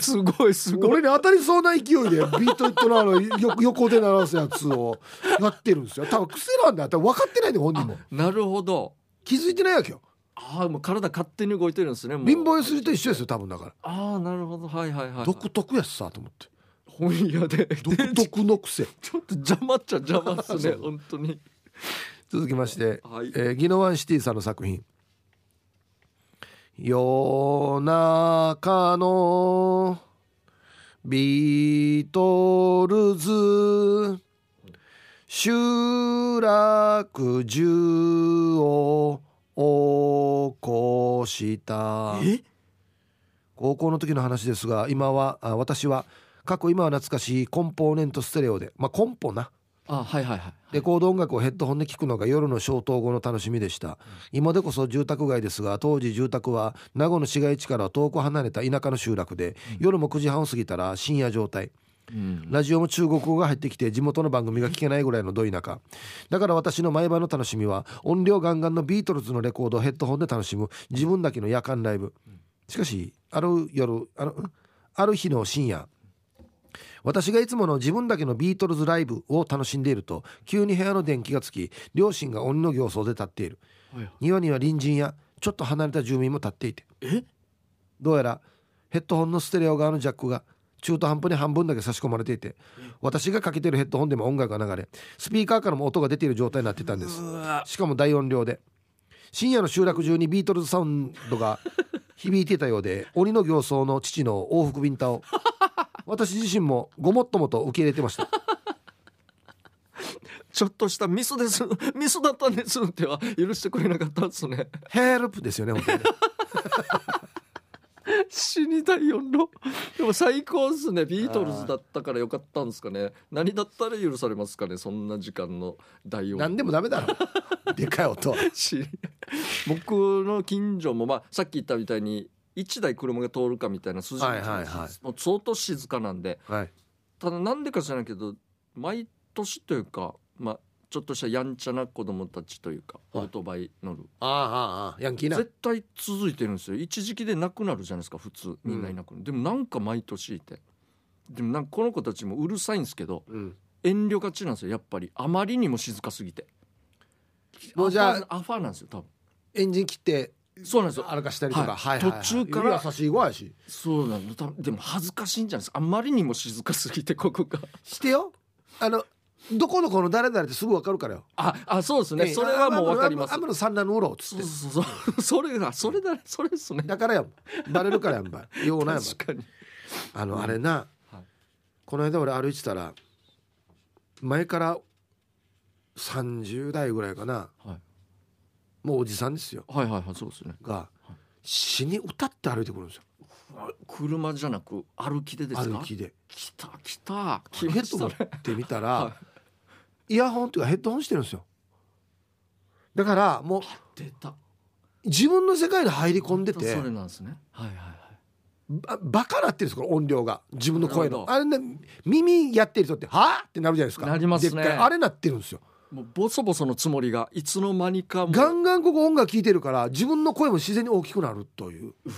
Speaker 1: すごいすごい
Speaker 2: 俺に当たりそうな勢いでビートイットのあのよ横で鳴らすやつをやってるんですよ多分癖なんだよ多分分かってないんで本人も
Speaker 1: なるほど
Speaker 2: 気づいてないわけよ
Speaker 1: ああもう体勝手に動いてるんですねもう
Speaker 2: 貧乏ゆすりと一緒ですよ多分だか
Speaker 1: ああなるほどはいはいは
Speaker 2: ら
Speaker 1: い
Speaker 2: 独特やしさと思って
Speaker 1: 本屋で
Speaker 2: 独特の癖
Speaker 1: ちょっと邪魔っちゃ邪魔っす ね本当に
Speaker 2: 続きまして、
Speaker 1: はい
Speaker 2: えーギノワンシティさんの作品「夜中のビートルズ」「集落中を起こした」高校の時の話ですが今はあ私は過去今は懐かしいコンポーネントステレオでまあコンポな
Speaker 1: あはいはいはい
Speaker 2: レコード音楽をヘッドホンで聴くのが夜の消灯後の楽しみでした今でこそ住宅街ですが当時住宅は名護の市街地からは遠く離れた田舎の集落で夜も9時半を過ぎたら深夜状態
Speaker 1: うん
Speaker 2: ラジオも中国語が入ってきて地元の番組が聞けないぐらいのど田舎だから私の毎晩の楽しみは音量ガンガンのビートルズのレコードをヘッドホンで楽しむ自分だけの夜間ライブしかしある夜あのんある日の深夜私がいつもの自分だけのビートルズライブを楽しんでいると急に部屋の電気がつき両親が鬼の形相で立っている
Speaker 1: はいはい
Speaker 2: 庭には隣人やちょっと離れた住民も立っていて
Speaker 1: え
Speaker 2: どうやらヘッドホンのステレオ側のジャックが中途半端に半分だけ差し込まれていて私がかけてるヘッドホンでも音楽が流れスピーカーからも音が出ている状態になってたんです
Speaker 1: うわ
Speaker 2: しかも大音量で深夜の集落中にビートルズサウン ドが響いていたようで鬼の形相の父の往復ビン タを私自身もごもっともと受け入れてました
Speaker 1: ちょっとしたミスですミスだったんですっては許してくれなかったんですね
Speaker 2: 「ヘルプ」ですよね本当にね
Speaker 1: 死にたいよのでも最高ですねビートルズだったからよかったんですかね何だったら許されますかねそんな時間の代用
Speaker 2: 何でもダメだろでかい音は
Speaker 1: し 僕の近所も、まあ、さっき言ったみたいに1台車が通るかみたいな数字
Speaker 2: はいはいはい
Speaker 1: もう相当静かなんで
Speaker 2: はい
Speaker 1: ただなんでか知らないけど毎年というか、まあ、ちょっとしたやんちゃな子供たちというか、
Speaker 2: は
Speaker 1: オ
Speaker 2: い
Speaker 1: ートバイ乗る
Speaker 2: ああああヤンキーな
Speaker 1: 絶対続いてるんですよ一時期でなくなるじゃないですか普通みんないなくなる、でもなんか毎年いてでもなんかこの子たちもうるさいんですけど
Speaker 2: うん
Speaker 1: 遠慮がちなんですよやっぱりあまりにも静かすぎて
Speaker 2: もうじゃあ
Speaker 1: アファアファなんですよ多分
Speaker 2: エンジン切って
Speaker 1: そうなんですよ
Speaker 2: 歩かしたりとか、
Speaker 1: はい途中から
Speaker 2: 指優しい子やし
Speaker 1: そうなんだ多分でも恥ずかしいんじゃないですかあまりにも静かすぎてここが
Speaker 2: してよあのどこの子の誰々ってすぐ分かるからよ、
Speaker 1: ああそうですね、
Speaker 2: ええ
Speaker 1: それはもうわかります
Speaker 2: ああ天野三男のうろうっつ
Speaker 1: そ
Speaker 2: っ
Speaker 1: う
Speaker 2: て
Speaker 1: そうそうそれがそれだそれですね
Speaker 2: だからやもんバレるからやんばいようないやんばい
Speaker 1: 確かに
Speaker 2: あのあれな、
Speaker 1: はい
Speaker 2: この間俺歩いてたら前から30代ぐらいかな
Speaker 1: はい
Speaker 2: もうおじさんですよ
Speaker 1: はいはいはいそうですね
Speaker 2: が死に歌って歩いてくるんですよ
Speaker 1: 車じゃなく歩きでですか
Speaker 2: 歩きで
Speaker 1: 来た来た
Speaker 2: ヘ
Speaker 1: 来ま
Speaker 2: ッ
Speaker 1: し
Speaker 2: ド持
Speaker 1: た
Speaker 2: っ
Speaker 1: ね
Speaker 2: てみたら、
Speaker 1: は
Speaker 2: イヤホンっていうかヘッドホンしてるんですよだからもう
Speaker 1: い出た
Speaker 2: 自分の世界に入り込んで
Speaker 1: また
Speaker 2: て
Speaker 1: それなんですねはいはいはい
Speaker 2: ばバカなってるんですこの音量が自分の声
Speaker 1: なる
Speaker 2: の
Speaker 1: ほど
Speaker 2: あれね耳やってる人って「はあ?」ってなるじゃないですか
Speaker 1: なりますね
Speaker 2: でっかいあれなってるんですよ
Speaker 1: もうボソボソのつもりがいつの間にかもう
Speaker 2: ガンガンここ音楽聴いてるから自分の声も自然に大きくなるという
Speaker 1: う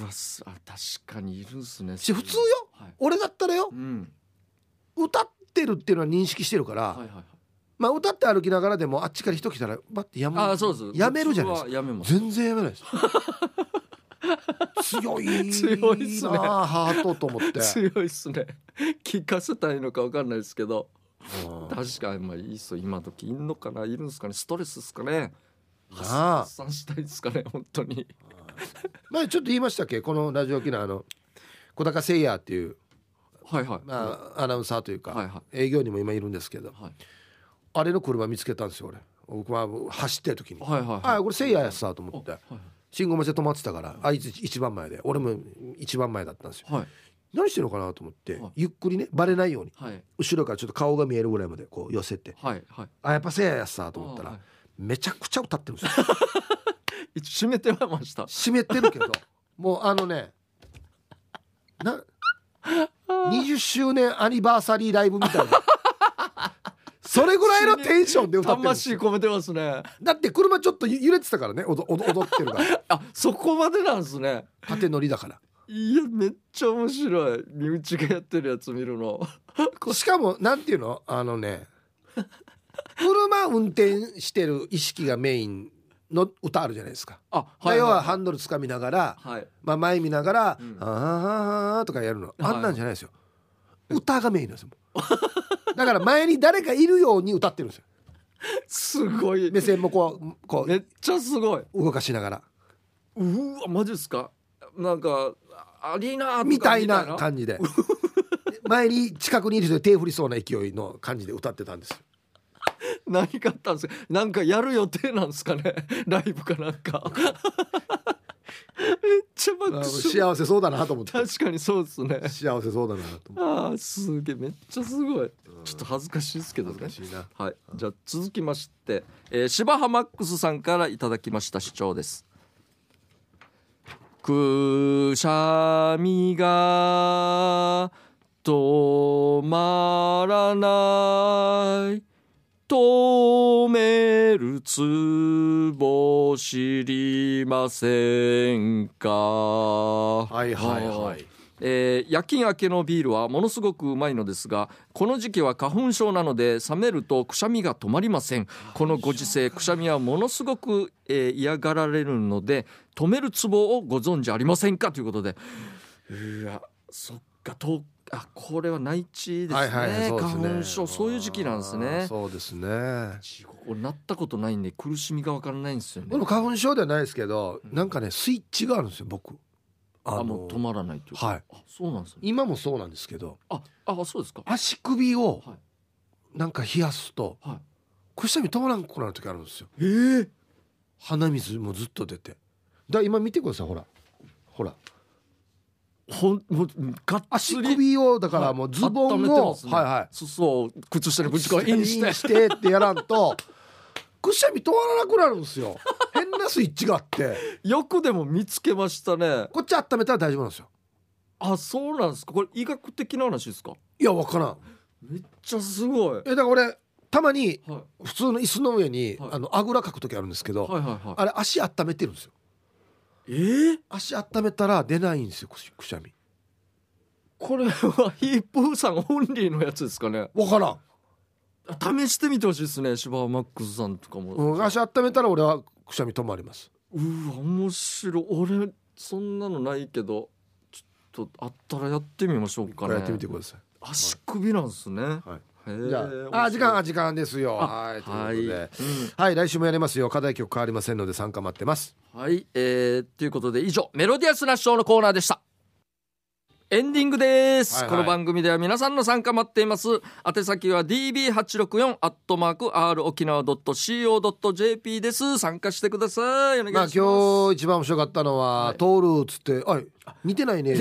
Speaker 1: ーわすあ確かにいるんすね
Speaker 2: し普通よ
Speaker 1: はい
Speaker 2: 俺だったらよ
Speaker 1: うん
Speaker 2: 歌ってるっていうのは認識してるから、
Speaker 1: はいはいはい
Speaker 2: まあ歌って歩きながらでもあっちから人来たらバッてやむ
Speaker 1: あそうです
Speaker 2: やめるじゃないですか
Speaker 1: 普通はやめます
Speaker 2: 全然やめないです強い
Speaker 1: 強いっすね
Speaker 2: なあハートと思って
Speaker 1: 強いっすね聞かせたいのかわかんないですけど
Speaker 2: うん
Speaker 1: 確かにまあいいっすよ今時いんのかないるんですかねストレスですかね
Speaker 2: なあ
Speaker 1: 発散したいですかね本当に
Speaker 2: 前ちょっと言いましたっけこのラジオ機能あの小高誠也っていう、
Speaker 1: はいはい、
Speaker 2: まあ、アナウンサーというか、
Speaker 1: はいは
Speaker 2: 営業にも今いるんですけど
Speaker 1: はい
Speaker 2: あれの車見つけたんですよ俺僕は走ってる時に「
Speaker 1: はいはいはい
Speaker 2: あこれ誠也やさ」と思って
Speaker 1: はい
Speaker 2: 信号待ちで止まってたからあいつ一番前で俺も一番前だったんですよ
Speaker 1: はい
Speaker 2: 何してるのかなと思って
Speaker 1: はい
Speaker 2: ゆっくりねバレないように
Speaker 1: はい
Speaker 2: 後ろからちょっと顔が見えるぐらいまでこう寄せて
Speaker 1: はいはい
Speaker 2: 「あやっぱ誠也やさ」と思った
Speaker 1: あは
Speaker 2: ら
Speaker 1: い
Speaker 2: めちゃくちゃ歌ってるんですよ
Speaker 1: 一応締めてはました
Speaker 2: 湿ってるけどもうあのねな20周年アニバーサリーライブみたいなそれぐらいのテンションで歌ってるんです
Speaker 1: 魂込めてますね
Speaker 2: だって車ちょっと揺れてたからねおどおど踊ってるから
Speaker 1: あそこまでなんですね
Speaker 2: 縦乗りだから
Speaker 1: いやめっちゃ面白い身内がやってるやつ見るの
Speaker 2: しかもなんていうのあのね車運転してる意識がメインの歌あるじゃないですか、
Speaker 1: あ
Speaker 2: まあ
Speaker 1: はい
Speaker 2: 要は
Speaker 1: は
Speaker 2: ハンドル掴みながら、
Speaker 1: いはい
Speaker 2: まあ、前見ながら「
Speaker 1: うん
Speaker 2: あーあーあーとかやるの
Speaker 1: はい
Speaker 2: あんなんじゃないですよ、歌がメインなんですよもうだから前に誰かいるように歌ってるんですよ
Speaker 1: すごい
Speaker 2: 目線もこうこ
Speaker 1: めっちゃすごいう
Speaker 2: 動かしながら
Speaker 1: うわマジですかなんかアリーナとか
Speaker 2: みたいな感じで前に近くにいる人で手振りそうな勢いの感じで歌ってたんですよ
Speaker 1: 何かあったんですかなんかやる予定なんですかね ライブかなん かめっちゃ爆
Speaker 2: あもう
Speaker 1: 笑
Speaker 2: 幸せそうだなと思って
Speaker 1: 確かにそうですね
Speaker 2: 幸せそうだなと思って
Speaker 1: ああすげえめっちゃすごいちょっと恥ずかしいですけど
Speaker 2: 恥ず
Speaker 1: ね
Speaker 2: かしいな
Speaker 1: はい、じゃあ続きまして、えー、柴浜マックスさんからいただきました主張ですくしゃみが止まらない止めるツボ知りませんか
Speaker 2: はいはいはい
Speaker 1: えー夜勤明けのビールはものすごくうまいのですがこの時期は花粉症なので冷めるとくしゃみが止まりませんこのご時世くしゃみはものすごく、えー嫌がられるので止めるツボをご存知ありませんかということでいやそっかとあこれは内地ですね,、花粉症そういう時期なんです
Speaker 2: あー
Speaker 1: ね
Speaker 2: そうですね
Speaker 1: 地獄俺なったことないんで苦しみが分からないんですよ
Speaker 2: で
Speaker 1: ね
Speaker 2: も花粉症ではないですけど、なんかねスイッチがあるんですよ僕あ
Speaker 1: あもう止まらないというか
Speaker 2: はい
Speaker 1: あそうなんですね
Speaker 2: 今もそうなんですけど
Speaker 1: ああそうですか
Speaker 2: 足首を
Speaker 1: はい
Speaker 2: なんか冷やすと
Speaker 1: はい
Speaker 2: くしゃみ止まらんくなる時あるんですよ
Speaker 1: ええ
Speaker 2: 鼻水もずっと出てだ今見てくださいほらほら
Speaker 1: ほんもうがっつ
Speaker 2: 足
Speaker 1: り
Speaker 2: 首をだからもうズボン
Speaker 1: は
Speaker 2: を、はいい
Speaker 1: は
Speaker 2: はい
Speaker 1: 裾を靴下に
Speaker 2: い
Speaker 1: ぶち込みインして
Speaker 2: してってやらんとくしゃみ止まらなくなるんですよ変なスイッチがあって
Speaker 1: よくでも見つけましたね
Speaker 2: こっち温めたら大丈夫なんですよ
Speaker 1: あそうなんですかこれ医学的な話ですか
Speaker 2: いやわからん
Speaker 1: めっちゃすごい
Speaker 2: えだから俺たまに
Speaker 1: は
Speaker 2: 普通の椅子の上に、
Speaker 1: はい
Speaker 2: あのあぐらかく時あるんですけど、
Speaker 1: いはいはいは
Speaker 2: あれ足温めてるんですよ
Speaker 1: いえー、
Speaker 2: 足温めたら出ないんですよくしくしゃみ
Speaker 1: これはヒープーさんオンリーのやつですかね
Speaker 2: わからん、
Speaker 1: 試してみてほしいですね芝マックスさんとかも、
Speaker 2: うん、足温めたら俺はくしゃみ止まります
Speaker 1: うわ面白い俺そんなのないけどちょっとあったらやってみましょうか
Speaker 2: こ
Speaker 1: ね
Speaker 2: れやってみてください
Speaker 1: 足首なんですね、
Speaker 2: は
Speaker 1: へ
Speaker 2: い
Speaker 1: ー
Speaker 2: じゃ
Speaker 1: 面白い
Speaker 2: ああ時間あ時間ですよ
Speaker 1: あ
Speaker 2: はいと
Speaker 1: はい
Speaker 2: いうことで、はい、来週もやりますよ課題曲変わりませんので参加待ってます
Speaker 1: うんはいえー、ということで以上メロディアスなショーのコーナーでしたエンディングです、
Speaker 2: はいはい
Speaker 1: この番組では皆さんの参加待っています宛先は db864 アットマーク r 沖縄 .co.jp です参加してくださいお願いし
Speaker 2: まあ
Speaker 1: ます、
Speaker 2: 今日一番面白かったの
Speaker 1: は
Speaker 2: はい「通る」っつって「あい似てないね」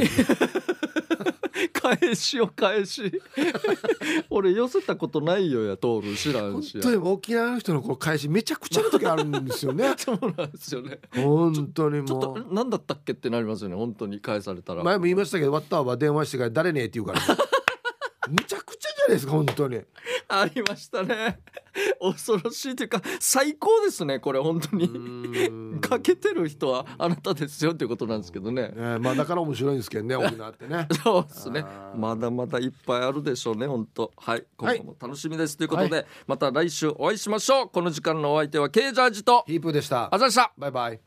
Speaker 1: 返しを返し 俺寄せたことないよや通る知らん
Speaker 2: 本
Speaker 1: しや
Speaker 2: 当に沖縄の人のこの返しめちゃくちゃな時あるんです よね
Speaker 1: そうなんですよね
Speaker 2: 本当に
Speaker 1: ちょっ
Speaker 2: も
Speaker 1: と
Speaker 2: う
Speaker 1: 何だったっけってなりますよね本当に返されたら
Speaker 2: 前も言いましたけど「ワッターは電話してから誰ね」って言うからねむちゃくちゃじゃないですか本当に
Speaker 1: ありましたね恐ろしいというか最高ですねこれ本当に
Speaker 2: ん
Speaker 1: かけてる人はあなたですよっていうことなんですけどね
Speaker 2: ねまあだから面白いんですけどね沖縄ってね
Speaker 1: そうですね
Speaker 2: あー
Speaker 1: まだまだいっぱいあるでしょうね本当はい今後も楽しみです、ということで、また来週お会いしましょうこの時間のお相手はケイジャージと
Speaker 2: ヒープーでした
Speaker 1: あざでした
Speaker 2: バイバイ